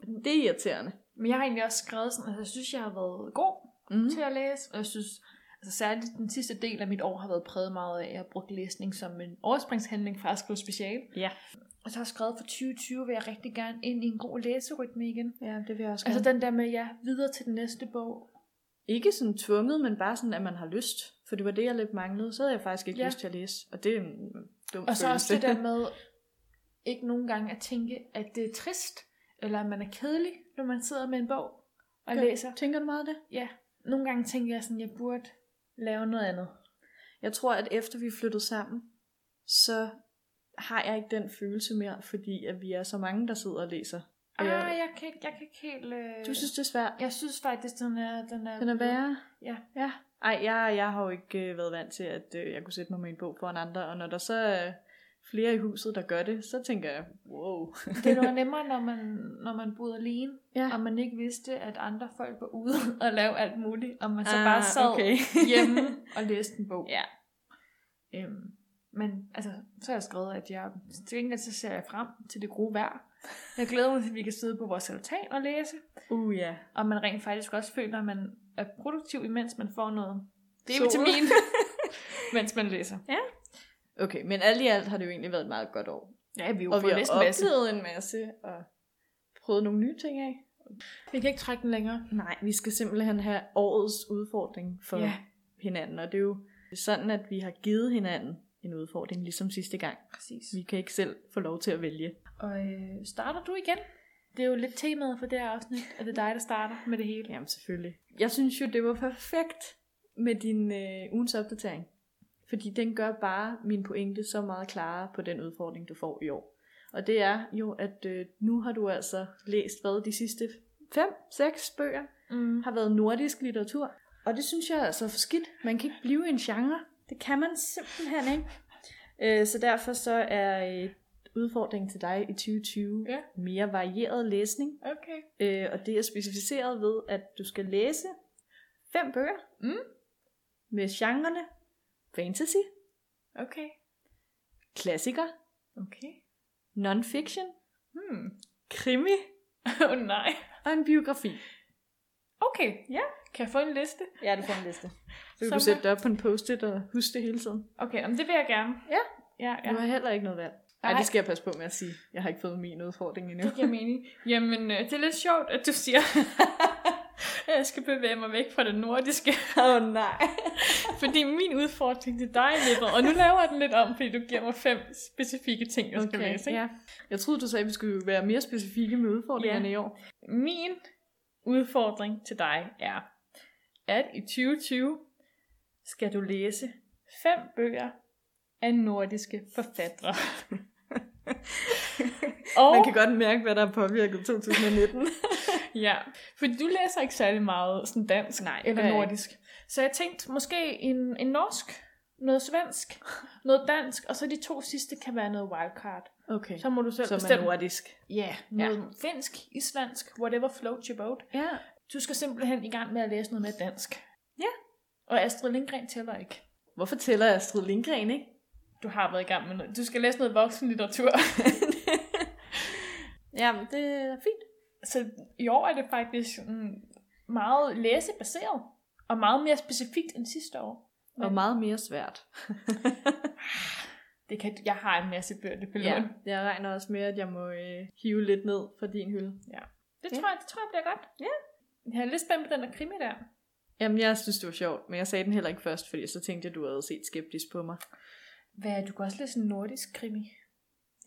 [SPEAKER 2] Det er irriterende.
[SPEAKER 3] Men jeg har egentlig også skrevet sådan, altså jeg synes, jeg har været god
[SPEAKER 2] Mm.
[SPEAKER 3] til at læse, og jeg synes, altså særligt den sidste del af mit år har været præget meget af, at jeg har brugt læsning som en overspringshandling fra at skrive speciale.
[SPEAKER 2] Ja.
[SPEAKER 3] Og så har jeg skrevet for 2020, vil jeg rigtig gerne ind i en god læserytme igen.
[SPEAKER 2] Ja, det vil jeg også
[SPEAKER 3] Altså den der med, ja, videre til den næste bog.
[SPEAKER 2] ikke sådan tvunget, men bare sådan, at man har lyst. For det var det, jeg lidt manglede. Så havde jeg faktisk ikke ja.
[SPEAKER 3] Ja.
[SPEAKER 2] lyst til at læse. Og det er en dum
[SPEAKER 3] Og så også
[SPEAKER 2] følelse.
[SPEAKER 3] det
[SPEAKER 2] [LAUGHS]
[SPEAKER 3] [LAUGHS] der med, ikke nogen gange at tænke, at det er trist, eller at man er kedelig, når man sidder med en bog og
[SPEAKER 2] Ja.
[SPEAKER 3] ja. læser.
[SPEAKER 2] Tænker du meget af det?
[SPEAKER 3] Ja, nogle gange tænker jeg sådan, jeg burde lave noget andet.
[SPEAKER 2] Jeg tror, at efter vi flyttede sammen, så har jeg ikke den følelse mere, fordi at vi er så mange, der sidder og læser.
[SPEAKER 3] Ah,
[SPEAKER 2] Ja.
[SPEAKER 3] jeg kan, ikke- jeg kan ikke helt... Øh...
[SPEAKER 2] Du synes, det er svært.
[SPEAKER 3] Jeg synes faktisk, den er... Den er,
[SPEAKER 2] Den er værre?
[SPEAKER 3] Ja.
[SPEAKER 2] ja. Ej, jeg, jeg har jo ikke øh, været vant til, at øh, jeg kunne sætte mig med en bog foran andre, og når der så er flere i huset, der gør det, så tænker jeg, wow.
[SPEAKER 3] Det var nemmere, når man, når man boede alene,
[SPEAKER 2] [LAUGHS] Ja.
[SPEAKER 3] og man ikke vidste, at andre folk var ude [LAUGHS] og lavede alt muligt, og man så
[SPEAKER 2] Ah,
[SPEAKER 3] bare sad Ah, okay. hjemme og læste en bog.
[SPEAKER 2] Ja.
[SPEAKER 3] Øhm, men altså, så har jeg skrevet, at jeg til gengæld så ser jeg frem til det gode vejr. Jeg glæder mig til, at vi kan sidde på vores altan og læse,
[SPEAKER 2] [LAUGHS] Uh, ja.
[SPEAKER 3] og man rent faktisk også føler, at man er produktiv, imens man får noget
[SPEAKER 2] Sol.
[SPEAKER 3] D-vitamin, [LAUGHS] mens man læser.
[SPEAKER 2] Okay, men alt i alt har det jo egentlig været et meget godt år.
[SPEAKER 3] Ja, vi har jo
[SPEAKER 2] Og vi
[SPEAKER 3] fået
[SPEAKER 2] har
[SPEAKER 3] læst en masse.
[SPEAKER 2] oplevet en masse, og prøvet nogle nye ting af.
[SPEAKER 3] Vi kan ikke trække den længere.
[SPEAKER 2] Nej, vi skal simpelthen have årets udfordring for
[SPEAKER 3] Ja.
[SPEAKER 2] ja. hinanden, og det er jo sådan, at vi har givet hinanden en udfordring, ligesom sidste gang.
[SPEAKER 3] Præcis.
[SPEAKER 2] Vi kan ikke selv få lov til at vælge.
[SPEAKER 3] Og øh, starter du igen? Det er jo lidt temaet for det her afsnit, at det er dig, der starter med det hele.
[SPEAKER 2] Jamen selvfølgelig. Jeg synes jo, det var perfekt med din øh, ugens opdatering. Fordi den gør bare min pointe så meget klarere på den udfordring, du får i år. Og det er jo, at øh, nu har du altså læst, hvad de sidste fem, seks bøger
[SPEAKER 3] Mm.
[SPEAKER 2] har været nordisk litteratur. Og det synes jeg er altså er for skidt. Man kan ikke blive i en genre. Det kan man simpelthen ikke. Øh, så derfor så er øh, udfordringen til dig i 2020
[SPEAKER 3] Ja.
[SPEAKER 2] mere varieret læsning.
[SPEAKER 3] Okay.
[SPEAKER 2] Øh, og det er specificeret ved, at du skal læse fem bøger
[SPEAKER 3] Mm.
[SPEAKER 2] med genrerne fantasy,
[SPEAKER 3] Okay.
[SPEAKER 2] klassiker,
[SPEAKER 3] Okay.
[SPEAKER 2] non-fiction,
[SPEAKER 3] Hmm. [LAUGHS]
[SPEAKER 2] krimi
[SPEAKER 3] Åh oh, nej.
[SPEAKER 2] og en biografi.
[SPEAKER 3] Okay.
[SPEAKER 2] Ja.
[SPEAKER 3] Kan jeg få en liste?
[SPEAKER 2] Ja, det får en liste. Så kan
[SPEAKER 3] Som-
[SPEAKER 2] du sætte det op på en post-it og huske det hele tiden.
[SPEAKER 3] Okay, jamen, det vil jeg gerne.
[SPEAKER 2] Ja.
[SPEAKER 3] Ja,
[SPEAKER 2] Ja.
[SPEAKER 3] ja.
[SPEAKER 2] Du har heller ikke noget valg. Nej,
[SPEAKER 3] Nej.
[SPEAKER 2] det skal jeg passe på med at sige. Jeg har ikke fået min udfordring endnu.
[SPEAKER 3] Det giver mening. Jamen, øh, det er lidt sjovt, at du siger, [LAUGHS] at jeg skal bevæge mig væk fra det nordiske.
[SPEAKER 2] Åh oh, nej.
[SPEAKER 3] [LAUGHS] Fordi min udfordring til dig er og nu laver jeg den lidt om, fordi du giver mig fem specifikke ting, jeg skal okay, læse. Ikke?
[SPEAKER 2] ja. Jeg troede, du sagde, at vi skulle være mere specifikke med udfordringerne
[SPEAKER 3] Ja.
[SPEAKER 2] ja. i år.
[SPEAKER 3] Min udfordring til dig er, at i 2020 skal du læse fem bøger af nordiske forfattere.
[SPEAKER 2] [LAUGHS]
[SPEAKER 3] og,
[SPEAKER 2] Man kan godt mærke, hvad der har [LAUGHS] påvirket 2019.
[SPEAKER 3] ja, fordi du læser ikke særlig meget sådan dansk Nej,
[SPEAKER 2] det gør
[SPEAKER 3] eller
[SPEAKER 2] jeg
[SPEAKER 3] nordisk. Så jeg tænkte måske en, en norsk, noget svensk, noget dansk, og så de to sidste kan være noget wildcard.
[SPEAKER 2] okay.
[SPEAKER 3] Så må du selv
[SPEAKER 2] Som er
[SPEAKER 3] bestemme.
[SPEAKER 2] nordisk.
[SPEAKER 3] Ja, noget ja. finsk, islandsk, whatever floats your boat.
[SPEAKER 2] Ja.
[SPEAKER 3] Du skal simpelthen i gang med at læse noget mere dansk.
[SPEAKER 2] Ja.
[SPEAKER 3] Og Astrid Lindgren tæller ikke.
[SPEAKER 2] Hvorfor tæller jeg Astrid Lindgren, ikke?
[SPEAKER 3] Du har været i gang med noget. Du skal læse noget voksenlitteratur. [LAUGHS]
[SPEAKER 2] [LAUGHS] Jamen, det er fint.
[SPEAKER 3] Så i år er det faktisk mm, meget læsebaseret. Og meget mere specifikt end sidste år.
[SPEAKER 2] Og meget mere svært.
[SPEAKER 3] Det kan, jeg har en masse bøger, det beløn. Ja.
[SPEAKER 2] Jeg regner også med, at jeg må øh, hive lidt ned fra din hylde.
[SPEAKER 3] Det,
[SPEAKER 2] Ja.
[SPEAKER 3] tror jeg, det tror jeg bliver godt. Ja. Jeg er lidt spændt på den der krimi der.
[SPEAKER 2] Jamen, jeg synes, det var sjovt, men jeg sagde den heller ikke først, fordi så tænkte jeg, du havde set skeptisk på mig.
[SPEAKER 3] Hvad, du kan også læse en nordisk krimi.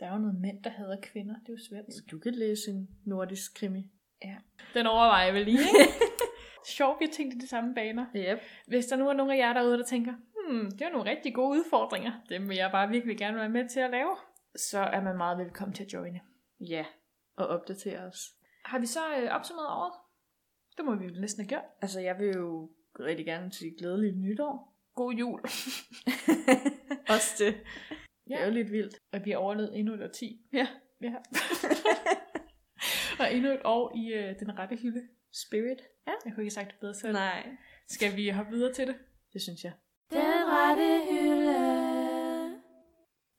[SPEAKER 3] Der er jo noget mænd, der hader kvinder. Det er jo svensk.
[SPEAKER 2] Du kan læse en nordisk krimi.
[SPEAKER 3] Den overvejer jeg vel [LAUGHS] lige, ikke? Sjovt, vi har tænkt i de samme baner.
[SPEAKER 2] Yep.
[SPEAKER 3] Hvis der nu er nogen af jer derude, der tænker, hmm, det er nogle rigtig gode udfordringer, dem vil jeg bare virkelig gerne være med til at lave, så er man meget velkommen til at joine.
[SPEAKER 2] Ja, og opdatere os.
[SPEAKER 3] Har vi så øh, opsummeret året? Det må vi jo næsten have gjort.
[SPEAKER 2] Altså, jeg vil jo rigtig gerne sige glædeligt nytår.
[SPEAKER 3] God jul.
[SPEAKER 2] [LAUGHS] Også det. Ja.
[SPEAKER 3] Ja.
[SPEAKER 2] Det er jo lidt vildt.
[SPEAKER 3] Og vi har overlevet endnu et årti.
[SPEAKER 2] Ja. [LAUGHS]
[SPEAKER 3] ja. og endnu et år i øh, den rette hylde.
[SPEAKER 2] Spirit.
[SPEAKER 3] Jeg kunne ikke have sagt det bedre selv.
[SPEAKER 2] Nej.
[SPEAKER 3] Skal vi hoppe videre til det?
[SPEAKER 2] Det synes jeg.
[SPEAKER 1] Den rette hylde.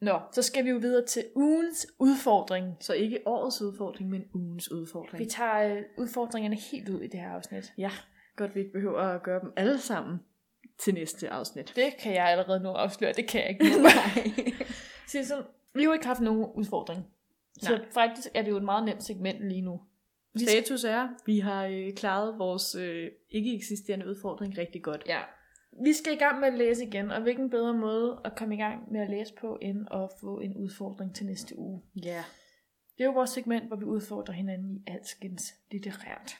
[SPEAKER 3] Nå, så skal vi jo videre til ugens udfordring.
[SPEAKER 2] Så ikke årets udfordring, men ugens udfordring.
[SPEAKER 3] Vi tager øh, udfordringerne helt ud i det her afsnit.
[SPEAKER 2] Ja, godt vi ikke behøver at gøre dem alle sammen til næste afsnit.
[SPEAKER 3] Det kan jeg allerede nu afsløre, det kan jeg ikke
[SPEAKER 2] [LAUGHS]
[SPEAKER 3] nu. Så sådan, vi har jo ikke haft nogen udfordring. Så
[SPEAKER 2] Nej.
[SPEAKER 3] faktisk er det jo et meget nemt segment lige nu. Vi
[SPEAKER 2] [LAUGHS]
[SPEAKER 3] skal-
[SPEAKER 2] Status er, vi har øh, klaret vores øh, ikke eksisterende udfordring rigtig godt.
[SPEAKER 3] Ja. Vi skal i gang med at læse igen, og hvilken bedre måde at komme i gang med at læse på, end at få en udfordring til næste uge.
[SPEAKER 2] Ja.
[SPEAKER 3] Det er jo vores segment, hvor vi udfordrer hinanden i alskens litterært.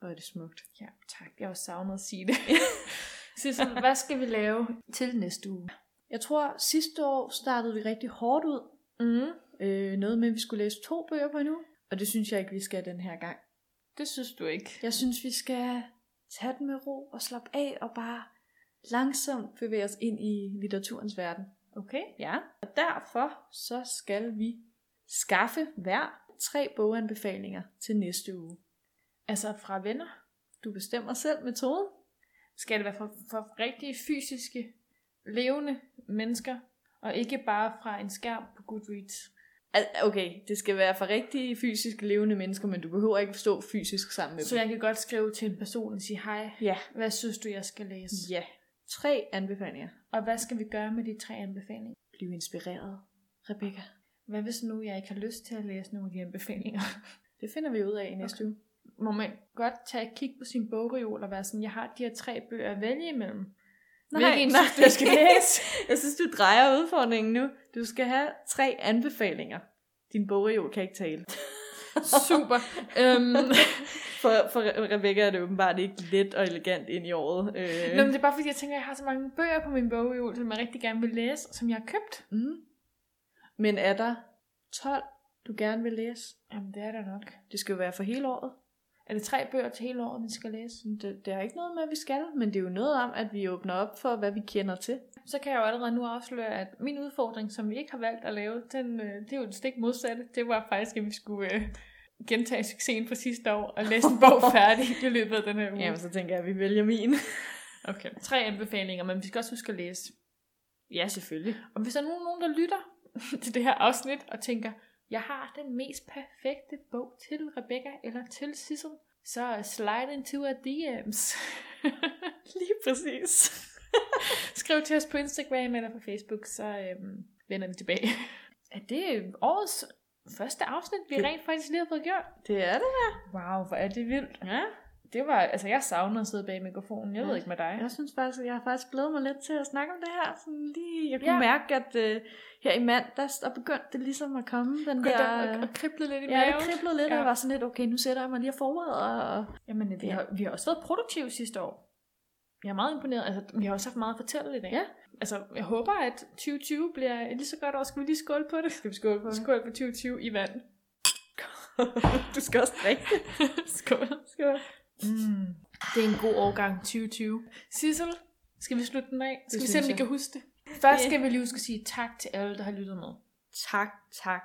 [SPEAKER 2] Og er det smukt.
[SPEAKER 3] Ja, tak. Jeg har jo savnet at sige det. Sissel, hvad skal vi lave til næste uge?
[SPEAKER 2] Jeg tror, sidste år startede vi rigtig hårdt ud.
[SPEAKER 3] Mm.
[SPEAKER 2] Mm-hmm. Øh, noget med, at vi skulle læse to bøger på nu. Og det synes jeg ikke, vi skal den her gang.
[SPEAKER 3] Det synes du ikke.
[SPEAKER 2] Jeg synes, vi skal tage den med ro og slappe af og bare langsomt bevæge os ind i litteraturens verden.
[SPEAKER 3] Okay.
[SPEAKER 2] Ja, og derfor så skal vi skaffe hver tre boganbefalinger til næste uge.
[SPEAKER 3] Altså fra venner.
[SPEAKER 2] Du bestemmer selv metoden.
[SPEAKER 3] Skal det være fra, fra rigtige fysiske, levende mennesker, og ikke bare fra en skærm på Goodreads.
[SPEAKER 2] Al- Okay, det skal være for rigtige fysisk levende mennesker, men du behøver ikke stå fysisk sammen med
[SPEAKER 3] Så
[SPEAKER 2] dem.
[SPEAKER 3] jeg kan godt skrive til en person og sige, hej,
[SPEAKER 2] Ja.
[SPEAKER 3] hvad synes du, jeg skal læse?
[SPEAKER 2] Ja. Tre anbefalinger.
[SPEAKER 3] Og hvad skal vi gøre med de tre anbefalinger?
[SPEAKER 2] Bliv inspireret, Rebecca.
[SPEAKER 3] Hvad hvis nu jeg ikke har lyst til at læse nogle af de anbefalinger? [LAUGHS]
[SPEAKER 2] Det finder vi ud af i næste okay. uge.
[SPEAKER 3] Må man godt tage et kig på sin bogreol og være sådan, jeg har de her tre bøger at vælge imellem.
[SPEAKER 2] [LAUGHS]
[SPEAKER 3] Hvilken synes du, jeg skal læse?
[SPEAKER 2] jeg synes, du drejer udfordringen nu. Du skal have tre anbefalinger. Din bogreol kan ikke tale.
[SPEAKER 3] Super. øhm,
[SPEAKER 2] For, for Rebecca er det åbenbart ikke let og elegant ind i året. Øh.
[SPEAKER 3] [LAUGHS] Nå, men det er bare fordi, jeg tænker, at jeg har så mange bøger på min bogreol, som jeg rigtig gerne vil læse, og som jeg har købt.
[SPEAKER 2] Mm. Men er der 12, du gerne vil læse?
[SPEAKER 3] Jamen, det er der nok.
[SPEAKER 2] Det skal jo være for hele året.
[SPEAKER 3] Er det tre bøger til hele året, vi skal læse?
[SPEAKER 2] Det, det er ikke noget med, at vi skal, men det er jo noget om, at vi åbner op for, hvad vi kender til.
[SPEAKER 3] Så kan jeg jo allerede nu afsløre, at min udfordring, som vi ikke har valgt at lave, den, øh, det er jo det stik modsatte. Det var faktisk, at vi skulle øh, gentage succesen fra sidste år og læse en bog færdig i løbet af den her uge.
[SPEAKER 2] Jamen, så tænker jeg, at vi vælger min.
[SPEAKER 3] Okay, tre anbefalinger, men vi skal også huske at læse.
[SPEAKER 2] ja, selvfølgelig.
[SPEAKER 3] Og hvis der er nogen, nogen der lytter [LAUGHS] til det her afsnit og tænker, jeg har den mest perfekte bog til Rebecca eller til Sissel, så slide into our [LAUGHS] DM's.
[SPEAKER 2] Lige præcis.
[SPEAKER 3] [LAUGHS] Skriv til os på Instagram eller på Facebook, så øhm, vender vi [LAUGHS] tilbage. Er det årets første afsnit, vi
[SPEAKER 2] Det-
[SPEAKER 3] rent faktisk lige har fået gjort?
[SPEAKER 2] Det er det.
[SPEAKER 3] Wow, hvor er det vildt.
[SPEAKER 2] Ja.
[SPEAKER 3] Det var, altså jeg savner at sidde bag mikrofonen, jeg ja. ved ikke med dig.
[SPEAKER 2] Jeg synes faktisk, at jeg har faktisk glædet mig lidt til at snakke om det her. Sådan lige, jeg kunne
[SPEAKER 3] Ja.
[SPEAKER 2] ja. mærke, at øh, her i mandags, der begyndte det ligesom at komme. Den
[SPEAKER 3] Begyndte
[SPEAKER 2] der,
[SPEAKER 3] at- at krible lidt i
[SPEAKER 2] ja, det
[SPEAKER 3] maven.
[SPEAKER 2] kriblede lidt, ja. og
[SPEAKER 3] Ja.
[SPEAKER 2] jeg var sådan lidt, okay, nu sætter jeg mig lige og forbereder. Og...
[SPEAKER 3] Jamen, vi
[SPEAKER 2] Ja.
[SPEAKER 3] har, vi har også været produktive sidste år. Jeg er meget imponeret. Altså, vi har også haft meget at fortælle i dag.
[SPEAKER 2] Ja.
[SPEAKER 3] Altså, jeg håber, at 2020 bliver et lige så godt år. Skal vi lige skåle på det? Skal vi skåle på det? Skål på 2020 i vand.
[SPEAKER 2] [LAUGHS] du skal også drikke.
[SPEAKER 3] [LAUGHS] skål.
[SPEAKER 2] Skål.
[SPEAKER 3] Mm. Det er en god årgang 2020. Sissel, skal vi slutte den af? Skal vi se,
[SPEAKER 2] synes
[SPEAKER 3] om vi
[SPEAKER 2] jeg.
[SPEAKER 3] kan huske det? Først
[SPEAKER 2] Det-
[SPEAKER 3] skal vi lige huske at sige tak til alle, der har lyttet med.
[SPEAKER 2] tak, tak,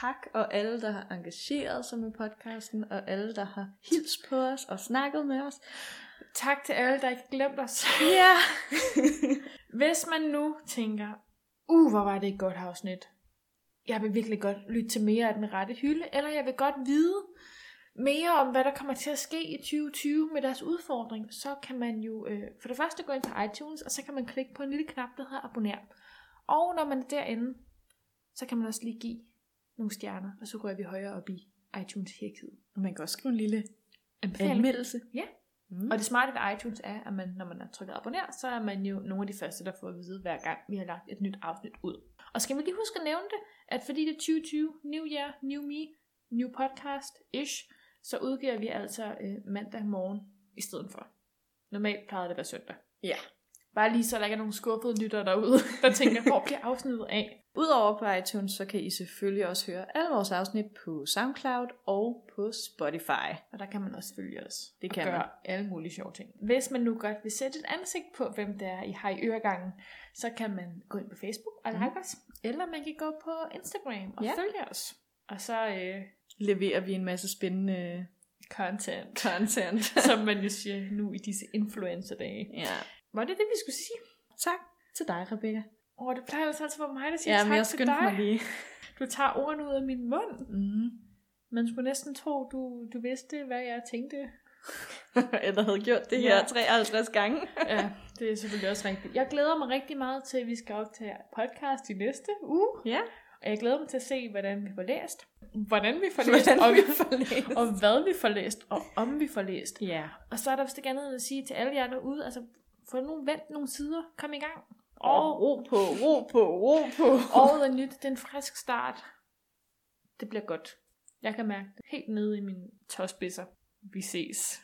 [SPEAKER 2] tak, og alle, der har engageret sig med podcasten, og alle, der har hilst på os og snakket med os.
[SPEAKER 3] Tak til alle, der ikke har glemt os.
[SPEAKER 2] Ja!
[SPEAKER 3] [LAUGHS] Hvis man nu tænker, uh, hvor var det et godt afsnit. Jeg vil virkelig godt lytte til mere af den rette hylde, eller jeg vil godt vide mere om, hvad der kommer til at ske i 2020 med deres udfordring, så kan man jo øh, for det første gå ind på iTunes, og så kan man klikke på en lille knap, der hedder abonner. Og når man er derinde, så kan man også lige give nogle stjerner, og så rører vi højere op i iTunes-hierarkiet.
[SPEAKER 2] Man kan også skrive en lille
[SPEAKER 3] Anbefaling.
[SPEAKER 2] anmeldelse.
[SPEAKER 3] Ja.
[SPEAKER 2] Mm.
[SPEAKER 3] Og det smarte ved iTunes er, at man, når man har trykket abonner, så er man jo nogle af de første, der får at vide, hver gang vi har lagt et nyt afsnit ud. Og skal vi lige huske at nævne det, at fordi det er 2020, New Year, New Me, New Podcast-ish, så udgiver vi altså øh, mandag morgen i stedet for. Normalt plejede det at være søndag.
[SPEAKER 2] Ja.
[SPEAKER 3] Bare lige så der ikke er nogen skuffede lyttere derude, [LAUGHS] der tænker, hvor bliver afsnittet af?
[SPEAKER 2] Udover på iTunes, så kan I selvfølgelig også høre alle vores afsnit på SoundCloud og på Spotify.
[SPEAKER 3] Og der kan man også følge os.
[SPEAKER 2] Det
[SPEAKER 3] og
[SPEAKER 2] kan
[SPEAKER 3] gøre
[SPEAKER 2] man.
[SPEAKER 3] alle mulige sjove ting. Hvis man nu godt vil sætte et ansigt på, hvem det er, I har i øregangen, så kan man gå ind på Facebook og like mm. os. Eller man kan gå på Instagram
[SPEAKER 2] Mhm.
[SPEAKER 3] og
[SPEAKER 2] Ja.
[SPEAKER 3] følge os. Og så øh,
[SPEAKER 2] Leverer vi en masse spændende [LAUGHS]
[SPEAKER 3] content,
[SPEAKER 2] content.
[SPEAKER 3] som man jo siger nu i disse influencer-dage.
[SPEAKER 2] ja.
[SPEAKER 3] Var det det, vi skulle sige?
[SPEAKER 2] Tak til dig, Rebecca.
[SPEAKER 3] Åh, oh, det plejer altså altid at være mig, der siger
[SPEAKER 2] Ja, men
[SPEAKER 3] tak
[SPEAKER 2] jeg
[SPEAKER 3] til
[SPEAKER 2] skyndte mig
[SPEAKER 3] dig.
[SPEAKER 2] lige.
[SPEAKER 3] Du tager ordene ud af min mund.
[SPEAKER 2] Mm.
[SPEAKER 3] Man skulle næsten tro, du, du vidste, hvad jeg tænkte.
[SPEAKER 2] [LAUGHS] Eller havde gjort det
[SPEAKER 3] Ja.
[SPEAKER 2] her 53 gange.
[SPEAKER 3] ja, det er selvfølgelig også rigtigt. Jeg glæder mig rigtig meget til, at vi skal optage podcast i næste uge.
[SPEAKER 2] Ja.
[SPEAKER 3] Og jeg glæder mig til at se, hvordan vi får læst. Hvordan vi får
[SPEAKER 2] [LAUGHS]
[SPEAKER 3] læst.
[SPEAKER 2] [LAUGHS] Hvordan
[SPEAKER 3] og,
[SPEAKER 2] vi får læst.
[SPEAKER 3] og hvad vi får læst. Og om vi får læst.
[SPEAKER 2] Ja.
[SPEAKER 3] Og så er der vist ikke andet end at sige til alle jer derude, altså få nu vendt nogle sider. Kom i gang. Og
[SPEAKER 2] ro på, ro på, ro på.
[SPEAKER 3] året er nyt. Det er en frisk start. Det bliver godt. Jeg kan mærke det helt nede i mine tåspidser. Vi ses.